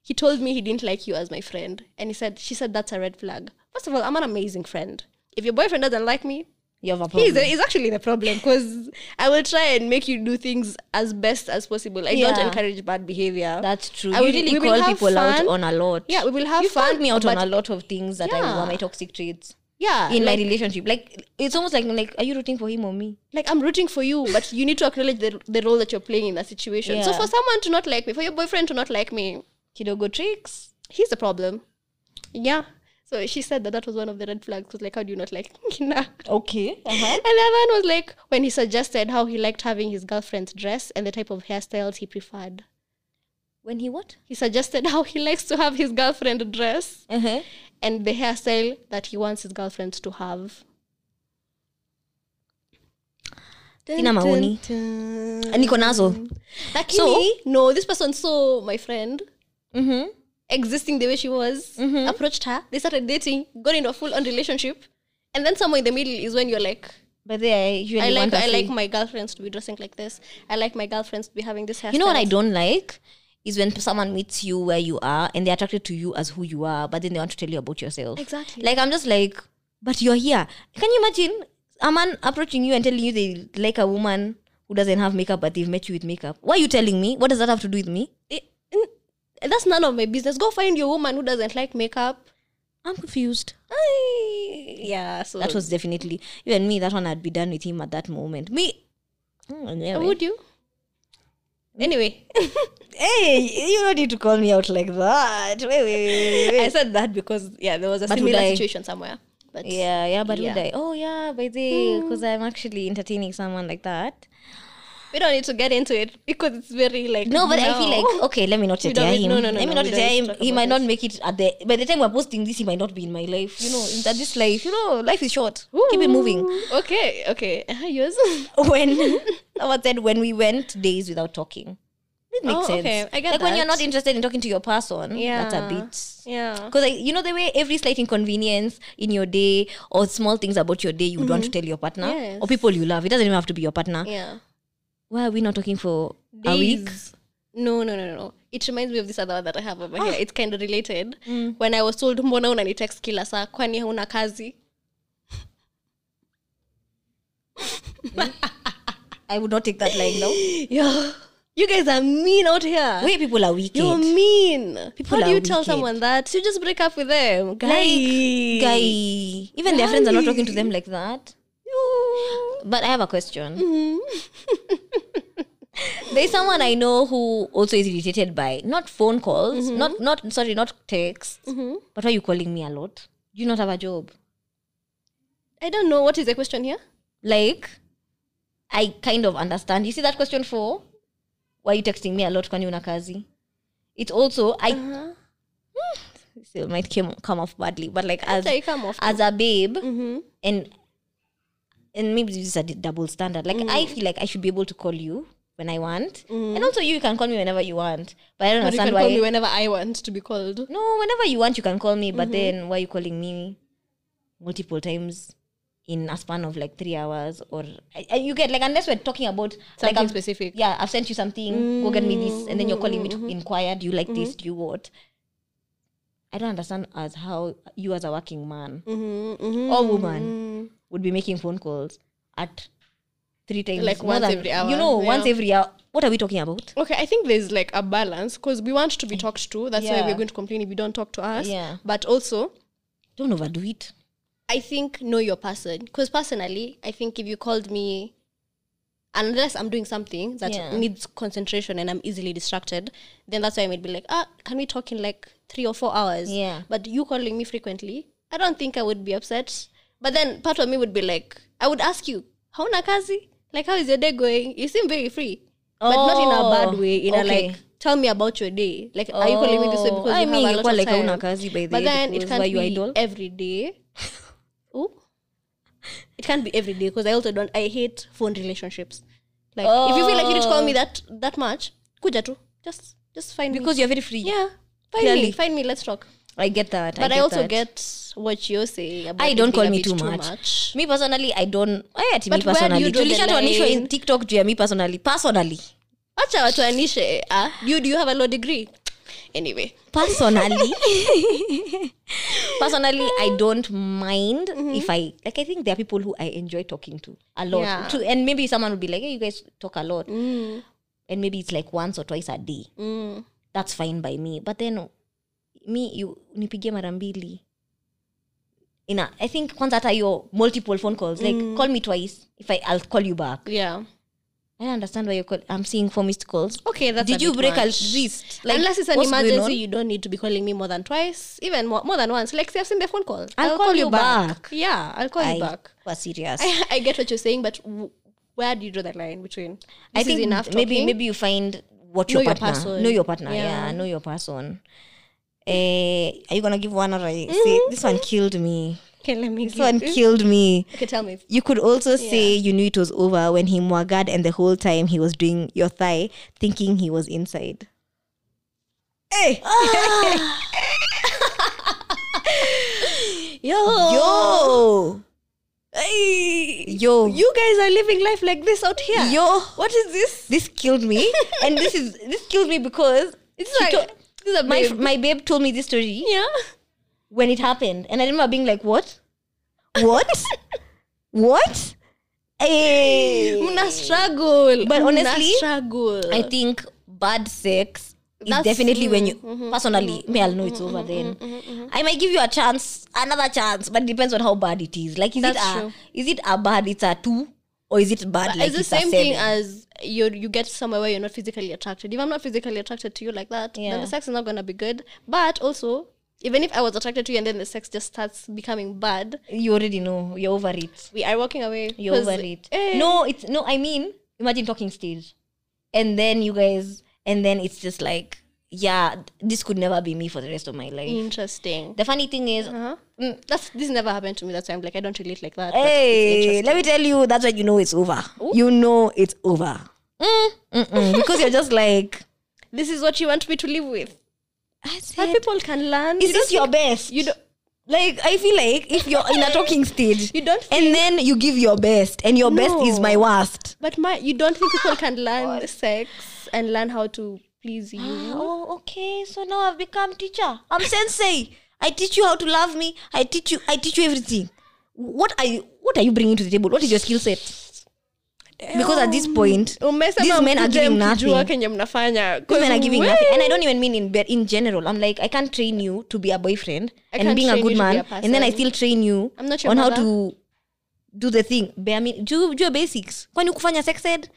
he told me he didn't like you as my friend, and he said she said that's a red flag. First of all, I'm an amazing friend. If your boyfriend doesn't like me,
you have a problem.
he's, he's actually the problem because I will try and make you do things as best as possible. I don't
Yeah.
encourage bad behavior.
That's true.
I
you
will-
really
we will
call
have
people out
fun.
on a lot.
Yeah, we will have
you
fun.
called me out on
but-
a lot of things that I
Yeah.
were my toxic traits
yeah,
in my
like-
relationship. Like it's almost like like are you rooting for him or me?
like I'm rooting for you, but you need to acknowledge the, the role that you're playing in that situation. So
Yeah.
for someone to not like me, for your boyfriend to not like me,
Kidogo tricks.
he's the problem. Yeah. So she said that that was one of the red flags. Was like, how do you not like Kina?
Okay. Uh-huh.
And the other one was like when he suggested how he liked having his girlfriend's dress and the type of hairstyles he preferred.
When he what?
He suggested how he likes to have his girlfriend dress
Uh-huh.
and the hairstyle that he wants his girlfriend to have.
Sina maoni. niko nazo
Lakini,
So-
no, this person saw my friend
mm-hmm.
existing the way she was, approached her, they started dating, got into a full on relationship, and then somewhere in the middle is when you're like,
but then I usually
I like
want to
I like
say-
my girlfriends to be dressing like this. I like my girlfriends to be having this hair.
you know what I don't like is when someone meets you where you are and they're attracted to you as who you are, but then they want to tell you about yourself.
Exactly.
Like I'm just like, but you're here. Can you imagine a man approaching you and telling you they like a woman who doesn't have makeup but they've met you with makeup? Why are you telling me? What does that have to do with me? Eh,
It- n- that's none of my business. Go find your woman who doesn't like makeup.
I'm confused.
Ay, yeah, so
That was definitely even me. That one I'd be done with him at that moment. Me. Mm, anyway.
would you? Anyway,
hey, you don't need to call me out like that. Wait, wait, wait, wait, wait.
I said that because yeah, there was a
But would
similar
I-
situation somewhere. But
Yeah, yeah, Hmm. but would
Yeah.
I? Oh, yeah, by the because I'm actually entertaining someone like that.
we don't need to get into it because it's very like
No, but I feel like okay, let me not
We
tear
don't-
him.
no, no, no,
let me
no,
not
we don't
tear
need to
him.
talk
He
about
might not
this.
make it at the. By the time we're posting this, he might not be in my life. You know, in that this life, you know, life is short. Keep it moving.
Okay, okay. Uh-huh, yours.
When someone said when we went days without talking, it makes
Oh,
sense.
okay, I get
like when you're
that.
not interested in talking to your person, that's a
Yeah.
bit
yeah.
Because you know the way every slight inconvenience in your day or small things about your day you would want to tell your partner
Mm-hmm. Yes.
or people you love. It doesn't even have to be your partner.
Yeah.
Why are we not talking for a week?
These- No, no, no, no, no. It reminds me of this other one that I have over
Oh.
here. It's kind of related. When I was told, mbona unanitext kila saa kwani hauna kazi?
I would not take that line now.
Yo, you guys are mean out here.
Why people are wicked?
You're mean.
People
How do
are
you tell
wicked.
someone that? You just break up with them. Guy.
like guy, even their friends are not talking to them like that. But I have a question. There's someone I know who also is irritated by not phone calls, not not sorry, not texts. But why are you calling me a lot? Do you not have a job?
I don't know. What is the question here?
like i kind of understand you see that question for why are you texting me a lot kwani una kazi it's also i
Uh-huh.
This might came, come off badly but like as
That's how you come off. Mm-hmm.
as a babe and and maybe this is a d- double standard like i feel like i should be able to call you when i want and also you can call me whenever you want but Mm-hmm. i don't
Or you
understand
can call me
why
whenever I want to be called.
no whenever you want you can call me
Mm-hmm.
but then why are you calling me multiple times in a span of like three hours or I- I- you get like unless we're talking about
Something
like I've-
specific.
yeah i've sent you something go get me this and then you're calling me
Mm-hmm.
to inquire do you like this do you what i don't understand as how you as a working man
Mm-hmm, mm-hmm.
or woman would be making phone calls at three times
Like
more
once every hour,
you know
yeah.
once every hour what are we talking about
Okay, I think there's like a balance because we want to be talked to. That's
Yeah.
why we're going to complain if you don't talk to us.
Yeah.
But also,
don't overdo it
I think know your person because personally, I think if you called me, unless I'm doing something that
Yeah.
needs concentration and I'm easily distracted, then that's why I might be like, ah, can we talk in like three or four hours?
Yeah.
But you calling me frequently, I don't think I would be upset. But then part of me would be like, I would ask you, how nakazi? Like, how is your day going? You seem very free, but not in a bad
Oh,
way. In a
okay.
like, tell me about your day. Like, are you calling me this way
Oh,
because
I
you
mean,
have a lot
ingekuwa
of
like
time?
hauna kazi by the
but
way
then it
because
can't
why you
be
idle?
every day. Ooh. It can't be every day because I also don't. I hate phone relationships. Like if you feel like you need to call me that that much, kuja tu. Just just find
Oh. because you're very free
me. yeah, find
Clearly.
me, find me. Let's talk.
i get that
But I,
get
also
that.
get what you're saying. About
I
it
don't
being
call
a
me
bit
too much. me personally i don't I ati me
But where do
personally
you draw the
tulishatuanishwa in
line?
tiktok juu ya me personally personally
Acha watu anishe. Ah, you do you have a law degree? Anyway,
personally personally i don't mind
Mm-hmm.
if i like i think there are people who i enjoy talking to a lot
Yeah.
to, and maybe someone would be like hey, you guys talk a lot Mm. and maybe it's like once or twice a day
mm.
that's fine by me but then me you nipigie mara mbili in a, i think kwanza hata your multiple phone calls like
Mm.
call me twice if I, i'll call you back
yeah.
i don't understand why you're call- i'm seeing four missed calls
Okay, that's
did
a
you
bit
break
much.
a wrist
Unless it's an
what's going
emergency,
on?
you don't need to be calling me more than twice, even more, more than once. Like, say, I've seen the phone call.
I'll call you back.
Yeah, I'll call
I
you back.
was serious
I, I get what you're saying, but w- where do you draw that line between?
I
this
think
is enough.
maybe
talking?
maybe you find what
Know
your
your
partner
person.
know your partner yeah, know
Yeah. Mm-hmm.
your person Eh, are you gonna give one or I say this one killed me
Okay, let me
This one
get this.
killed me.
Okay, tell me.
You could also say you knew it was over when he mwagad and the whole time he was doing your thigh, thinking he was inside. Hey!
Yo,
Yo!
Oh. Hey!
Yo!
you guys are living life like this out here.
Yo!
what is this?
This killed me. and this is this killed me because
It's
she
like
to-
this is a
my,
babe.
f- my babe told me this story
yeah.
when it happened. And I remember being like, what? What? what? Hey!
Mna struggle.
But
Mna
honestly,
struggle.
I think bad sex is
That's-
definitely when
mm,
you personally me I'll know it's
Mm-hmm.
over then. I might give you a chance, another chance, but it depends on how bad it is. Like is
That's
it a
true.
is it a bad it's a two or is it bad like
it's
it's,
the same
a seven?
thing as you you get somewhere where you're not physically attracted. If I'm not physically attracted to you like that, then
Yeah.
the sex is not gonna be good. But also, even if I was attracted to you and then the sex just starts becoming bad,
you already know. You're over it.
we are walking away.
You're
'Cause,
over it.
eh,
No, it's no, I mean, imagine talking stage. And then you guys and then it's just like, yeah, this could never be me for the rest of my
Mm.
life.
interesting.
The funny thing is,
Uh-huh. That's this never happened to me. That's why I'm like I don't relate like that. but it's
Hey,
interesting.
let me tell you, that's when you know it's over. You know it's over. Mm, mm-mm, because you're just like,
this is what you want me to live with.
I
But
said,
people can learn.
is
You
this
don't
your best?
think- You don't.
like, I feel like if you're in a talking stage
You don't
and then you give your best, and your best is
No.
my worst.
But my, you don't think people can learn sex and learn how to please you?
Oh, okay. So now I've become teacher. I'm sensei. I teach you how to love me. I teach you. I teach you everything. What are you? What are you bringing to the table? What is your skill set? Because at this point,
umesema
these men are
mkuje
giving
mkijua
nothing.
kenye mnafanya
These men are giving
Well,
nothing. And I don't even mean in be- in general. I'm like, I can't train you to be a boyfriend
I
and
can't
being a
train
good
you to be
man.
a
and then I
person.
still train you
I'm not your
on how
mother.
to do the thing. Bare min- do, do your basics. Kwani kufanya sex ed?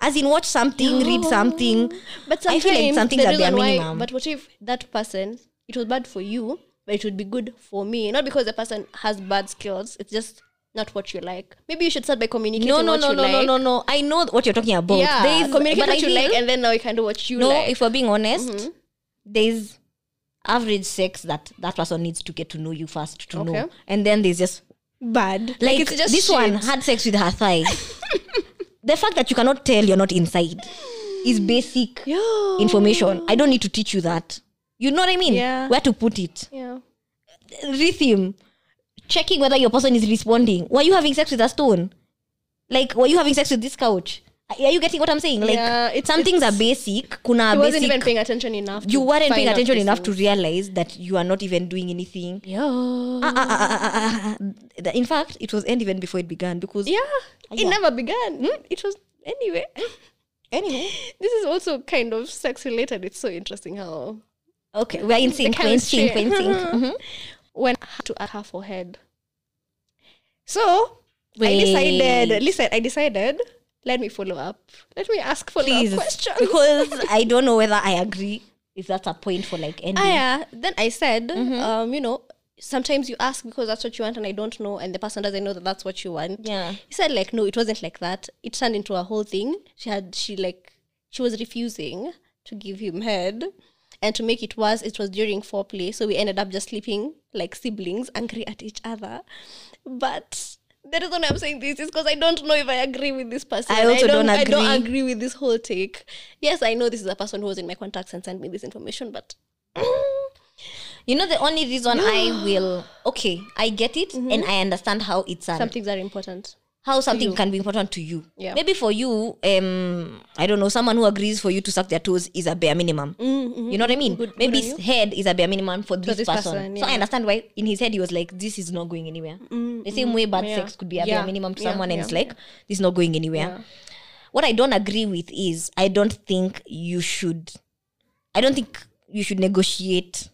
As in watch something, read something.
but
I feel like
sometimes
some things
the
are bare
reason why-
minimum.
but what if that person it was bad for you but it would be good for me not because the person has bad skills it's just not what you like maybe you should start by communicating
no, no,
what
no,
you
no,
like
no, no, no. I know what you're talking about.
yeah
There is-
communicate
but I
what you
feel-
like and then now you can do what you
no,
like Mm-hmm.
if we're being honest, there's average sex that that person needs to get to know you first to
Okay.
know, and then there's just
bad
like, this one had sex with her thigh. the fact that you cannot tell you're not inside is basic
Yo.
information. I don't need to teach you that. You know what I mean?
Yeah.
Where to put it,
yeah
rhythm, checking whether your person is responding. Were you having sex with a stone? Like, were you having sex with this couch? Are you getting what I'm saying? Like,
Yeah, it's-
some things are basic. Kuna
he wasn't
basic.
even paying attention enough
you
to
weren't
find
paying
out
attention
these
enough
things.
to realize that you are not even doing anything.
Yo.
Ah, ah, ah, ah, ah, ah, ah. The- In fact, it was end even before it began because
Yeah, it
Yeah.
never began. Hmm? It was anyway.
anyway.
This is also kind of sex related. It's so interesting how
Okay, we're in sync. We're in
chemistry.
sync. We're in sync. Mhm.
when I had to add her forehead. So
Wait.
I decided. Listen, I decided. Let me follow up. Let me ask follow
Please,
up questions.
because I don't know whether I agree if that's a point for like ending.
Ah, yeah. Then I said,
Mm-hmm.
um, you know, sometimes you ask because that's what you want, and I don't know, and the person doesn't know that that's what you want.
Yeah.
He said, like, no, it wasn't like that. It turned into a whole thing. She had, she like, she was refusing to give him head. And to make it worse, it was during foreplay. So we ended up just sleeping like siblings, angry at each other. But the reason I'm saying this is because I don't know if I agree with this person.
I also don't
I
agree.
don't agree with this whole take. Yes, I know this is a person who was in my contacts and sent me this information, but
You know, the only reason I will okay, I get it and I understand how it's an
some things are important.
how something can be important to you.
Yeah.
Maybe for you, um, I don't know, someone who agrees for you to suck their toes is a bare minimum. You know what I mean? Maybe his head is a bare minimum for this,
this
person.
person,
So I
yeah.
understand why in his head he was like, this is not going anywhere. the same way bad
yeah.
sex could be a
Yeah,
bare minimum to
yeah,
someone and it's
yeah,
like, this is not going anywhere.
Yeah.
What I don't agree with is I don't think you should, I don't think you should negotiate.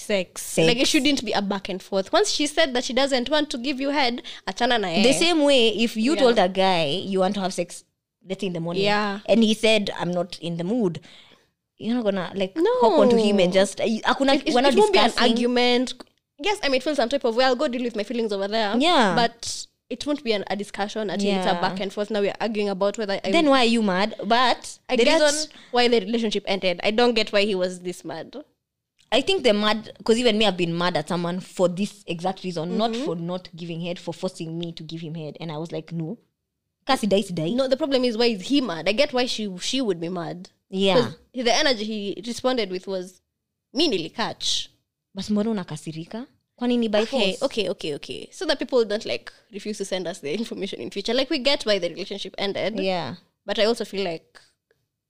sex.
Sex.
Like it shouldn't be a back and forth. Once she said that she doesn't want to give you head, achana na yeye.
The same way, if you
Eh. Yeah.
told a guy you want to have sex, let's say in the morning,
Yeah.
and he said, I'm not in the mood, you're not gonna like hop onto him and
No.
just, akuna,
It, it,
we're not
it won't be an
discussing.
argument. Yes, I might feel some type of way. I'll go deal with my feelings over there.
Yeah.
But it won't be an, a discussion until it's
Yeah.
a back and forth. Now we're arguing about whether I,
then why are you mad? But
I
the
get
reason
why the relationship ended. I don't get why he was this mad.
I think they're mad because even me, I've been mad at someone for this exact reason, not
Mm-hmm.
for not giving head, for forcing me to give him head. And I was like, no, kasi die, si die.
No, the problem is why is he mad? I get why she she would be mad.
Yeah,
'Cause The energy he responded with was me nearly catch.
but mbona unakasirika? Kwani ni by
Okay,
force?
okay, okay, okay. So that people don't like refuse to send us the information in future. Like we get why the relationship ended.
Yeah,
But I also feel like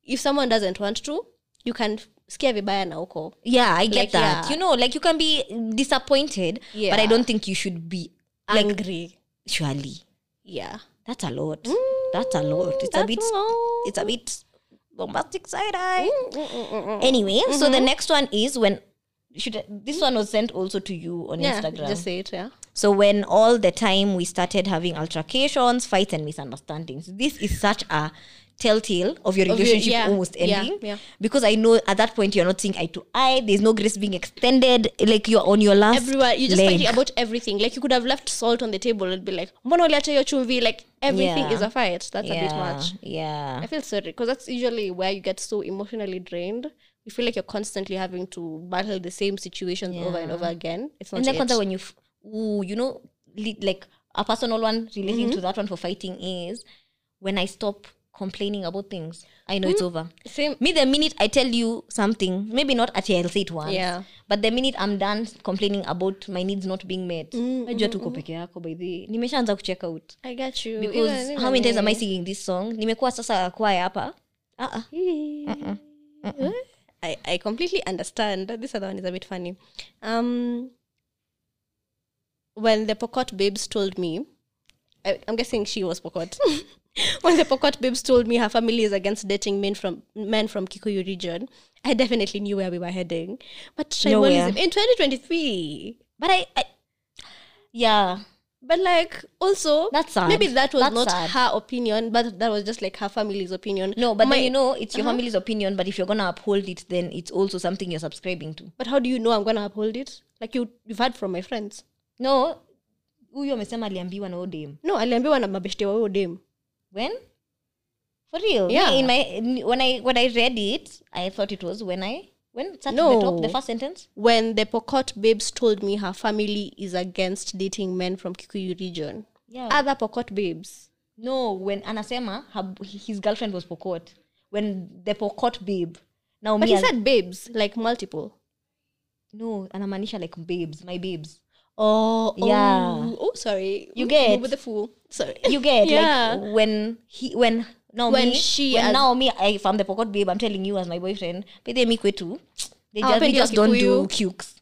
if someone doesn't want to, you can scare vibaya na uko.
yeah, I
Like,
get that.
yeah.
You know, like you can be disappointed,
Yeah.
but I don't think you should be like
Angry.
surely.
yeah.
That's a lot. that's a lot. It's a
Mm. that's
bit.
all.
It's a bit bombastic side eye.
Mm, mm, mm, mm, mm.
Anyway, so the next one is when should I- this one was sent also to you on
Yeah,
Instagram.
just say it, yeah.
so when all the time we started having altercations, fights, and misunderstandings. This is such a telltale of your
your-
relationship
yeah,
almost
yeah,
ending
yeah.
because I know at that point you're not seeing eye to eye. There's no grace being extended. Like you're on your last.
everywhere you're just
leg.
fighting about everything like you could have left salt on the table and be like mbona uliacha hiyo chumvi like everything
Yeah.
is a fight that's
yeah,
a bit much
Yeah.
i feel sorry because that's usually where you get so emotionally drained you feel like you're constantly having to battle the same situations over and over again it's not
and then
it.
kwanza when you f- ooh, you know li- like a personal one relating
Mm-hmm.
to that one for fighting is when i stop complaining about things i know
Mm.
it's over
same
me the minute i tell you something maybe not at i'll say it once
Yeah.
but the minute i'm done complaining about my needs not being met najua tuko peke yako by the nimeshaanza kucheck out
Mm, i get you
because
Even-
how many times am i
even-
singing this song nimekuwa sasa kwaya hapa uh-uh.
I, I completely understand. This other one is a bit funny. Um, when the Pokot babes told me, I, I'm guessing she was Pokot. when the Pokot babes told me her family is against dating men from men from Kikuyu region, I definitely knew where we were heading. But
Nowhere.
tribalism in 2023.
but I, I yeah
But like also
That's sad.
maybe that was
That's
not
sad.
her opinion, but that was just like her family's opinion.
No, but
My- Uh-huh.
then you know it's your family's opinion. But if you're gonna uphold it, then it's also something you're subscribing to.
But how do you know I'm gonna uphold it? Like you you've heard from my friends.
No, huyo amesema aliambiwa na odem.
no aliambiwa na mabeshte wa huyo dem
When? For real? Me,
Yeah.
In my when I when I read it, I thought it was when I when it's at the top
No.
the first sentence.
when the pokot babes told me her family is against dating men from kikuyu region
Yeah.
other pokot babes
Uh, no, when anasema her, his girlfriend was Pokot. When the Pokot babe. Now
but
me
he
as-
said babes like multiple
no, anamaanisha like babes, my babes.
oh,
Yeah.
oh sorry
You get-
with the fool sorry
you get
Yeah.
like when he when Naomi,
When she
when
as-
Naomi I, if I'm the pocket babe I'm telling you as my boyfriend but they make way too they just, they
Hawapendi
just don't do
Wakikuyu.
cukes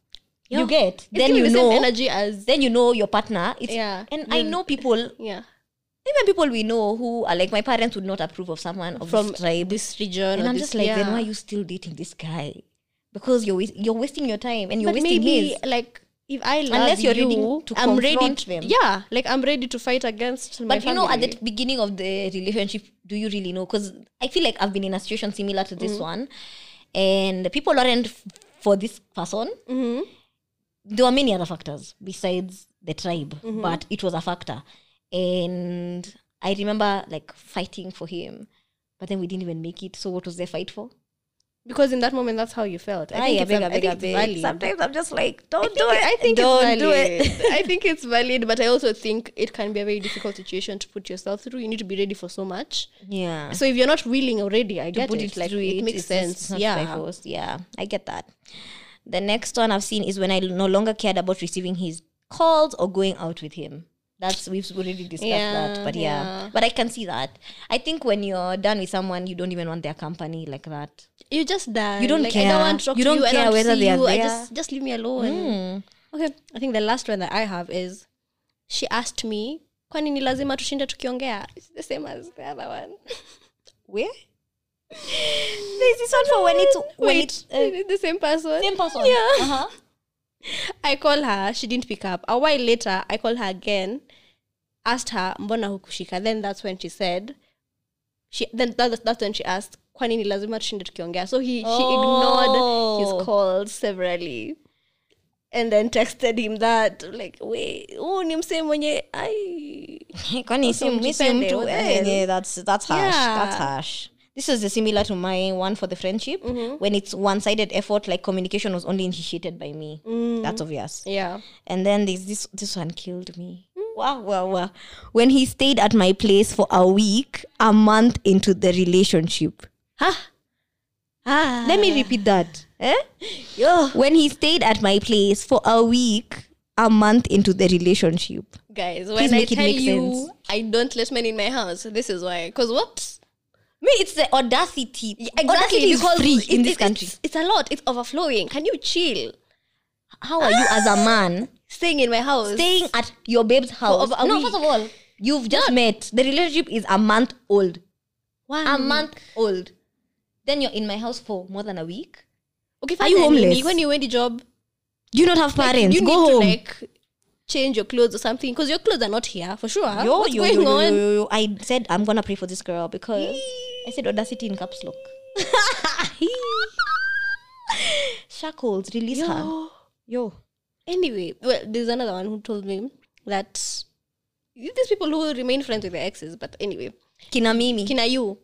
Yeah.
you get
It's
then
giving
you
the
know
same energy as
then you know your partner it's,
Yeah.
and I
Then-
know people even
yeah
people we know who are like my parents would not approve of someone of
from
this tribe
this region
and
or
I'm
this-
just like
yeah.
then why are you still dating this guy because you're wa- you're wasting your time and you're
but
wasting
maybe
his
like if I love
Unless you're
you,
ready to
I'm ready
confront them.
Yeah, like I'm ready to fight against. my
but you know at the
family.
t- beginning of the relationship do you really know because i feel like i've been in a situation similar to this
Mm.
one and people aren't f- for this person mm-hmm. there were many other factors besides the tribe but it was a factor and i remember like fighting for him but then we didn't even make it so what was the fight for
because in that moment that's how you felt. I
Aye,
think it's
abeg,
a- I
abeg,
think it's
abeg.
valid.
sometimes i'm just like don't do it
I think
don't
it's valid.
do it
I think it's valid, but I also think it can be a very difficult situation to put yourself through. You need to be ready for so much.
yeah
So if you're not willing already, I get
put
it.
it
Like
through
it, makes
it's just
sense.
not by
Yeah.
force. yeah, I get that. The next one I've seen is when I no longer cared about receiving his calls or going out with him. That's we've already discussed
Yeah,
that, but yeah.
yeah.
but I can see that. I think when you're done with someone, you don't even want their company like that.
You just done.
You don't
like, I
care.
don't want to talk
You
to
don't
you. I
care
don't
whether
see
they are
you. I
there. Mm.
just just leave me alone. Okay. I think the last one that I have is she asked me, kwani ni lazima tushinde tukiongea? It's the same as the other one.
Where? There's this one for when it's when
Wait,
it's uh,
it's the same person.
same person.
Yeah.
Uh-huh.
I call her, she didn't pick up. A while later, I call her again, asked her, mbona hukushika? Then that's when she said, she then that, that's when she asked, kwani ni lazima tushinde tukiongea? So he, she ignored
Oh.
his calls severally. And then texted him that, like, wait, oh, ni msee mwenye, ai.
Kwani si-
Also
mi si
mjipende,
mtu-
what the
eh,
hell?
yeah, that's that's harsh. That's
Yeah.
harsh. this is similar to my one for the friendship when it's one-sided effort like communication was only initiated by me that's obvious
Yeah.
and then there's this this one killed me wow wow wow when he stayed at my place for a week a month into the relationship
Ah.
let me repeat that eh?
Yo.
when he stayed at my place for a week a month into the relationship
Guys,
Please
when I
make it
tell
make
you
sense.
I don't let men in my house, this is why. Because what?
me it's the audacity
Yeah, exactly.
audacity is
because
free
it-
in
it-
this country
It's, it's a lot. It's overflowing. Can you chill?
how are you as a man
Staying in my house.
staying at your babe's
for
house
over a
no
week.
first of all you've just met the relationship is a month old
One
a month old then you're in my house for more than a week
Okay,
Are you
then,
homeless?
Nini, When you went to job,
you not have
like,
parents go
you need
home
to like change your clothes or something because your clothes are not here for sure.
Yo,
What's
yo,
going
yo, yo,
on?
yo, yo. I said I'm gonna pray for this girl because I said audacity in caps lock. Shackles, release her.
Yo.
Yo.
Anyway, well, there's another one who told me that these people who remain friends with their exes, but anyway,
Kina Mimi.
Kina you.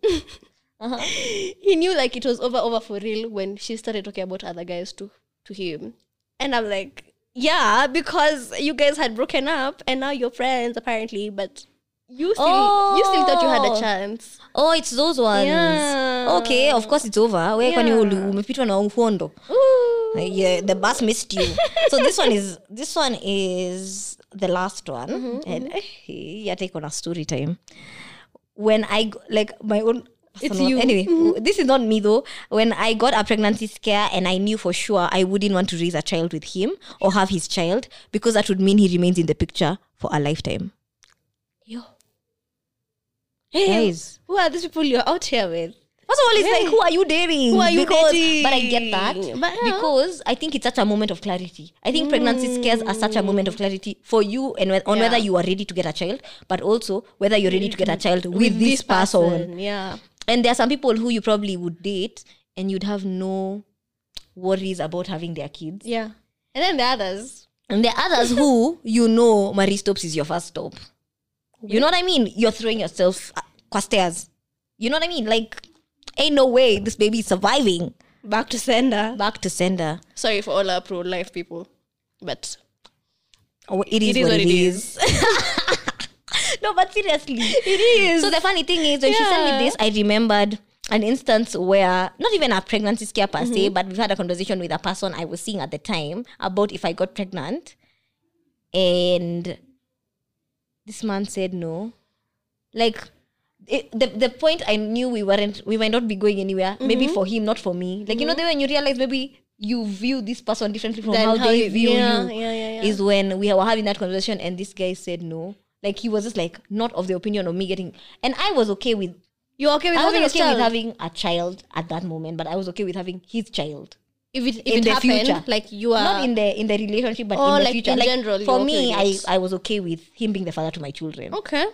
uh-huh.
He knew like it was over over for real when she started talking about other guys to to him. And I'm like, yeah, because you guys had broken up and now you're friends apparently, but you still you still thought you had
Oh.
a chance.
oh it's those ones
Yeah.
okay of course it's over we kwani
Yeah.
uli- umepitwa na uhondo
Ooh.
yeah, the bus missed you so this one is this one is the last one and eh, hata iko na story time when i g- like my own personal-
you.
anyway this is not me though when i got a pregnancy scare and i knew for sure i wouldn't want to raise a child with him or have his child because that would mean he remains in the picture for a lifetime
Yo.
Guys.
Who are these people you're out here with?
First of all, it's
Yeah.
like, who are you dating?
Who are you
because,
dating?
But I get that.
But, yeah. Mm.
Because I think it's such a moment of clarity. I think pregnancy scares are such a moment of clarity for you and whe- on whether
Yeah.
you are ready to get a child, but also whether you're ready to get a child with, this, person.
Yeah.
And there are some people who you probably would date and you'd have no worries about having their kids.
Yeah. And then the others.
And there are others who you know Marie Stops is your first stop. You know what I mean? You're throwing yourself uh, across stairs. You know what I mean? Like, ain't no way this baby is surviving.
Back to sender.
back to sender.
Sorry for all our pro life people. But
Oh, it is,
It is
what,
what
it
it
is. no, but seriously, it
is.
So the funny thing is, when she sent
Yeah.
me this, I remembered an instance where not even a pregnancy scare per se, but we've had a conversation with a person I was seeing at the time about if I got pregnant, and this man said no, like. It, the the point I knew we weren't we might not be going anywhere maybe
Mm-hmm.
for him not for me like you know the way when you realize maybe you view this person differently from
Than
how,
how
they
you-
view
yeah,
you
yeah, yeah, yeah.
is when we were having that conversation and this guy said no. Like he was just like not of the opinion of me getting and I was okay with
you're okay with
I
having
wasn't
a
okay
child?
with having a child at that moment, but I was okay with having his child.
if it, if
in
it
the
happened,
future.
like you are
not in the in the relationship but
Oh,
in the
like,
future.
in
like
general, you're
for
okay
me I,
with it.
I was okay with him being the father to my children.
okay.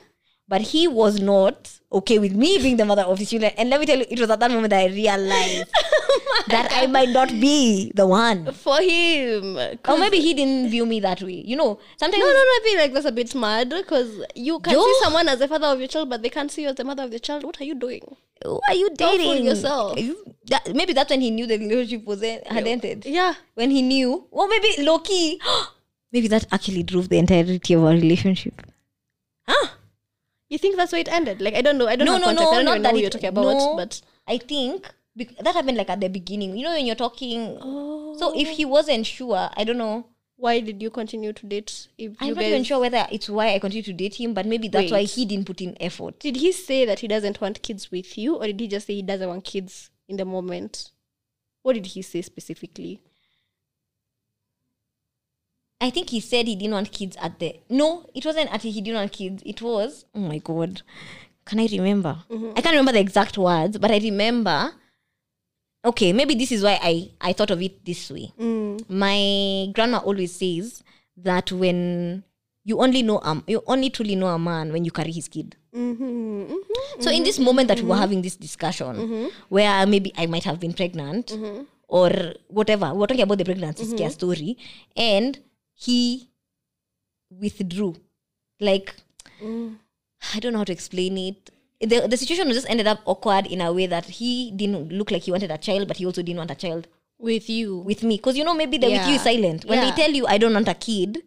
But he was not okay with me being the mother of his children. And let me tell you, it was at that moment that I realized that I might not be the one.
For him,
Or
'cause-
maybe he didn't view me that way. You know, sometimes
no, no, no. I feel like that's a bit mad because you can
Yo.
see someone as the father of your child, but they can't see you as the mother of the child. What are you doing?
who are you
Don't fool
dating
yourself.
You- that- maybe that's when he knew the relationship was en- had ended.
Yeah,
When he knew, well, maybe low key, maybe that actually drove the entirety of our relationship.
you think that's where it ended? Like I don't know. I don't
No,
have
no, no,
context. I don't
not
even know
that
who
it-
you're talking about.
no.
But
I think bec- that happened like at the beginning. You know, when you're talking.
Oh.
So if he wasn't sure, I don't know.
why did you continue to date? If
I'm
you
not
guys,
even sure whether it's why I continue to date him, but maybe that's why
Wait.
he didn't put in effort.
did he say that he doesn't want kids with you, or did he just say he doesn't want kids in the moment? What did he say specifically?
I think he said he didn't want kids at the. No, it wasn't at he didn't want kids. It was. Oh my God. Can I remember?
Mm-hmm.
I can't remember the exact words, but I remember. Okay, maybe this is why I, I thought of it this way.
Mm,
My grandma always says that when you only know um you only truly know a man when you carry his kid.
Mm-hmm.
So in this moment that we were having this discussion, where maybe I might have been pregnant or whatever, we we're talking about the pregnancy scare story, and he withdrew. Like I don't know how to explain it. the, the situation just ended up awkward in a way that he didn't look like he wanted a child, but he also didn't want a child
with you.
with me. Because you know, maybe they're with you is
Yeah.
silent. When
Yeah.
they tell you I don't want a kid,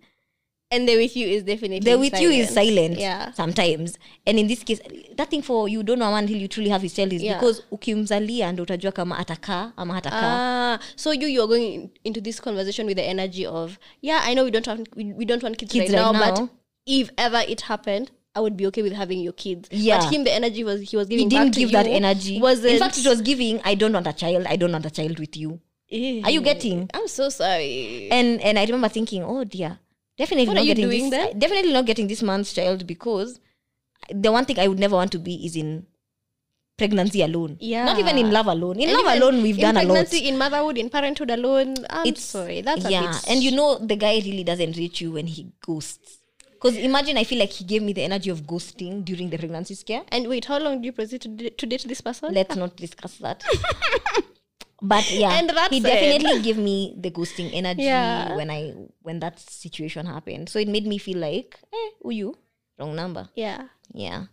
and the with you is definitely
the with you is silent
Yeah.
sometimes and in this case that thing for you don't know ama until you truly have his child is
Yeah.
because ukimzalia ndo utajua kama atakaa ama hatakaa
Ah, so you you're going in- into this conversation with the energy of yeah, I know we don't have we, we don't want kids,
Kids
right,
right
now,
now.
but if ever it happened, I would be okay with having your kids.
Yeah.
but him the energy was he was
he
giving. back
didn't
to
give that
you
energy
Was
in fact it was giving i don't want a child i don't want a child with you are you getting
Eh. I'm so sorry.
and and i remember thinking oh dear definitely
What
not
are you
getting
doing
this
there?
definitely not getting this man's child because the one thing i would never want to be is in pregnancy alone
Yeah.
not even in love alone in
And
love
even
alone we've
in
done a lot
pregnancy, in motherhood, in parenthood alone. I'm
it's
sorry, that's
yeah,
a bit
and you know the guy really doesn't reach you when he ghosts. Because imagine I feel like he gave me the energy of ghosting during the pregnancy scare.
And wait, how long do you proceed to, d- to date this person?
Let's not discuss that. but yeah,
And that's
he
it.
definitely gave me the ghosting energy
Yeah.
when I when that situation happened. So it made me feel like, eh, who you? Wrong number.
yeah.
Yeah.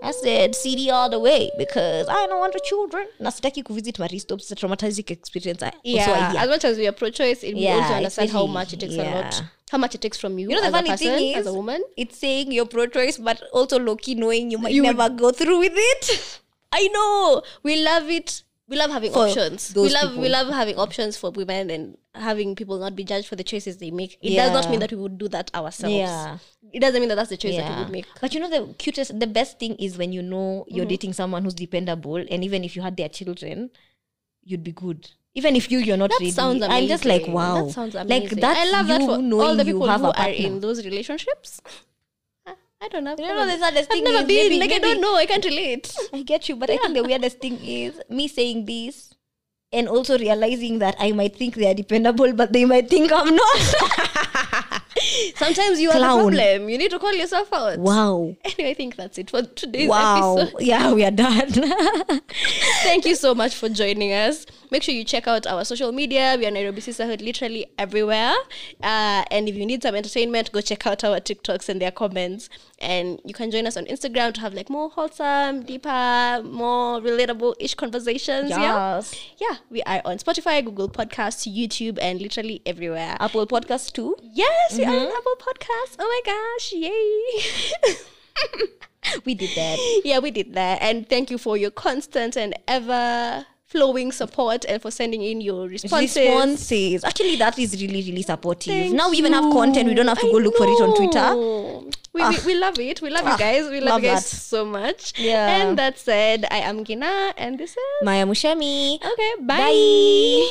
I said CD all the way because I don't want children. Nasitaki kuvisit Maristop. It's a traumatizing experience. I also
Yeah.
hear.
As much as we are pro-choice, it,
Yeah,
we also
it's
understand how
really-
much it takes
yeah.
a lot, how much it takes from you.
You know, the
as
funny
a person,
thing is,
as a woman.
it's saying you're pro choice, but also low key knowing you might
You would-
never go through with it.
I know we love it. We love having
For
options. We
those
love we
people.
love having options for women and having people not be judged for the choices they make. It does
Yeah.
not mean that we would do that ourselves.
Yeah.
It doesn't mean that that's the choice that we
Yeah.
would make.
But you know, the cutest, the best thing is when you know you're dating someone who's dependable, and even if you had their children, you'd be good. Even if you, you're not
That
ready.
sounds amazing.
I'm just like, wow.
That sounds amazing.
Like, that's
I love that
you
for
knowing
all the
you
people
have
who
a
are
partner.
in those relationships. I, I don't know. I've
You know,
never-
there's not this
I've
thing
never
is
been.
maybe-
like I
maybe-
don't know. I can't relate.
I get you, but I think the weirdest thing is me saying this and also realizing that I might think they are dependable, but they might think I'm not.
Sometimes you are
Clown.
the problem. You need to call yourself out.
wow.
Anyway, I think that's it for today's
Wow.
episode.
Yeah, we are done.
Thank you so much for joining us. Make sure you check out our social media. We are Nairobi Sisterhood literally everywhere. Uh, and if you need some entertainment, go check out our TikToks and their comments. And you can join us on Instagram to have like more wholesome, deeper, more relatable ish conversations.
Yes.
Yeah. Yeah. We are on Spotify, Google Podcasts, YouTube, and literally everywhere.
Apple Podcast too.
yes, we
Mm-hmm.
are on Apple Podcasts. Oh my gosh. Yay.
We did that.
yeah, we did that. And thank you for your constant and ever flowing support and for sending in your responses.
Responses. Actually, that is really, really supportive.
Thank
now we even have content. We don't have to
you.
go look for it on Twitter.
know. We,
Ah.
we, we love it. We love
Ah,
you guys. We love, you
love
guys
that.
so much.
Yeah.
And that said, I am Gina and this is
Maya Mushami.
Okay,
Bye.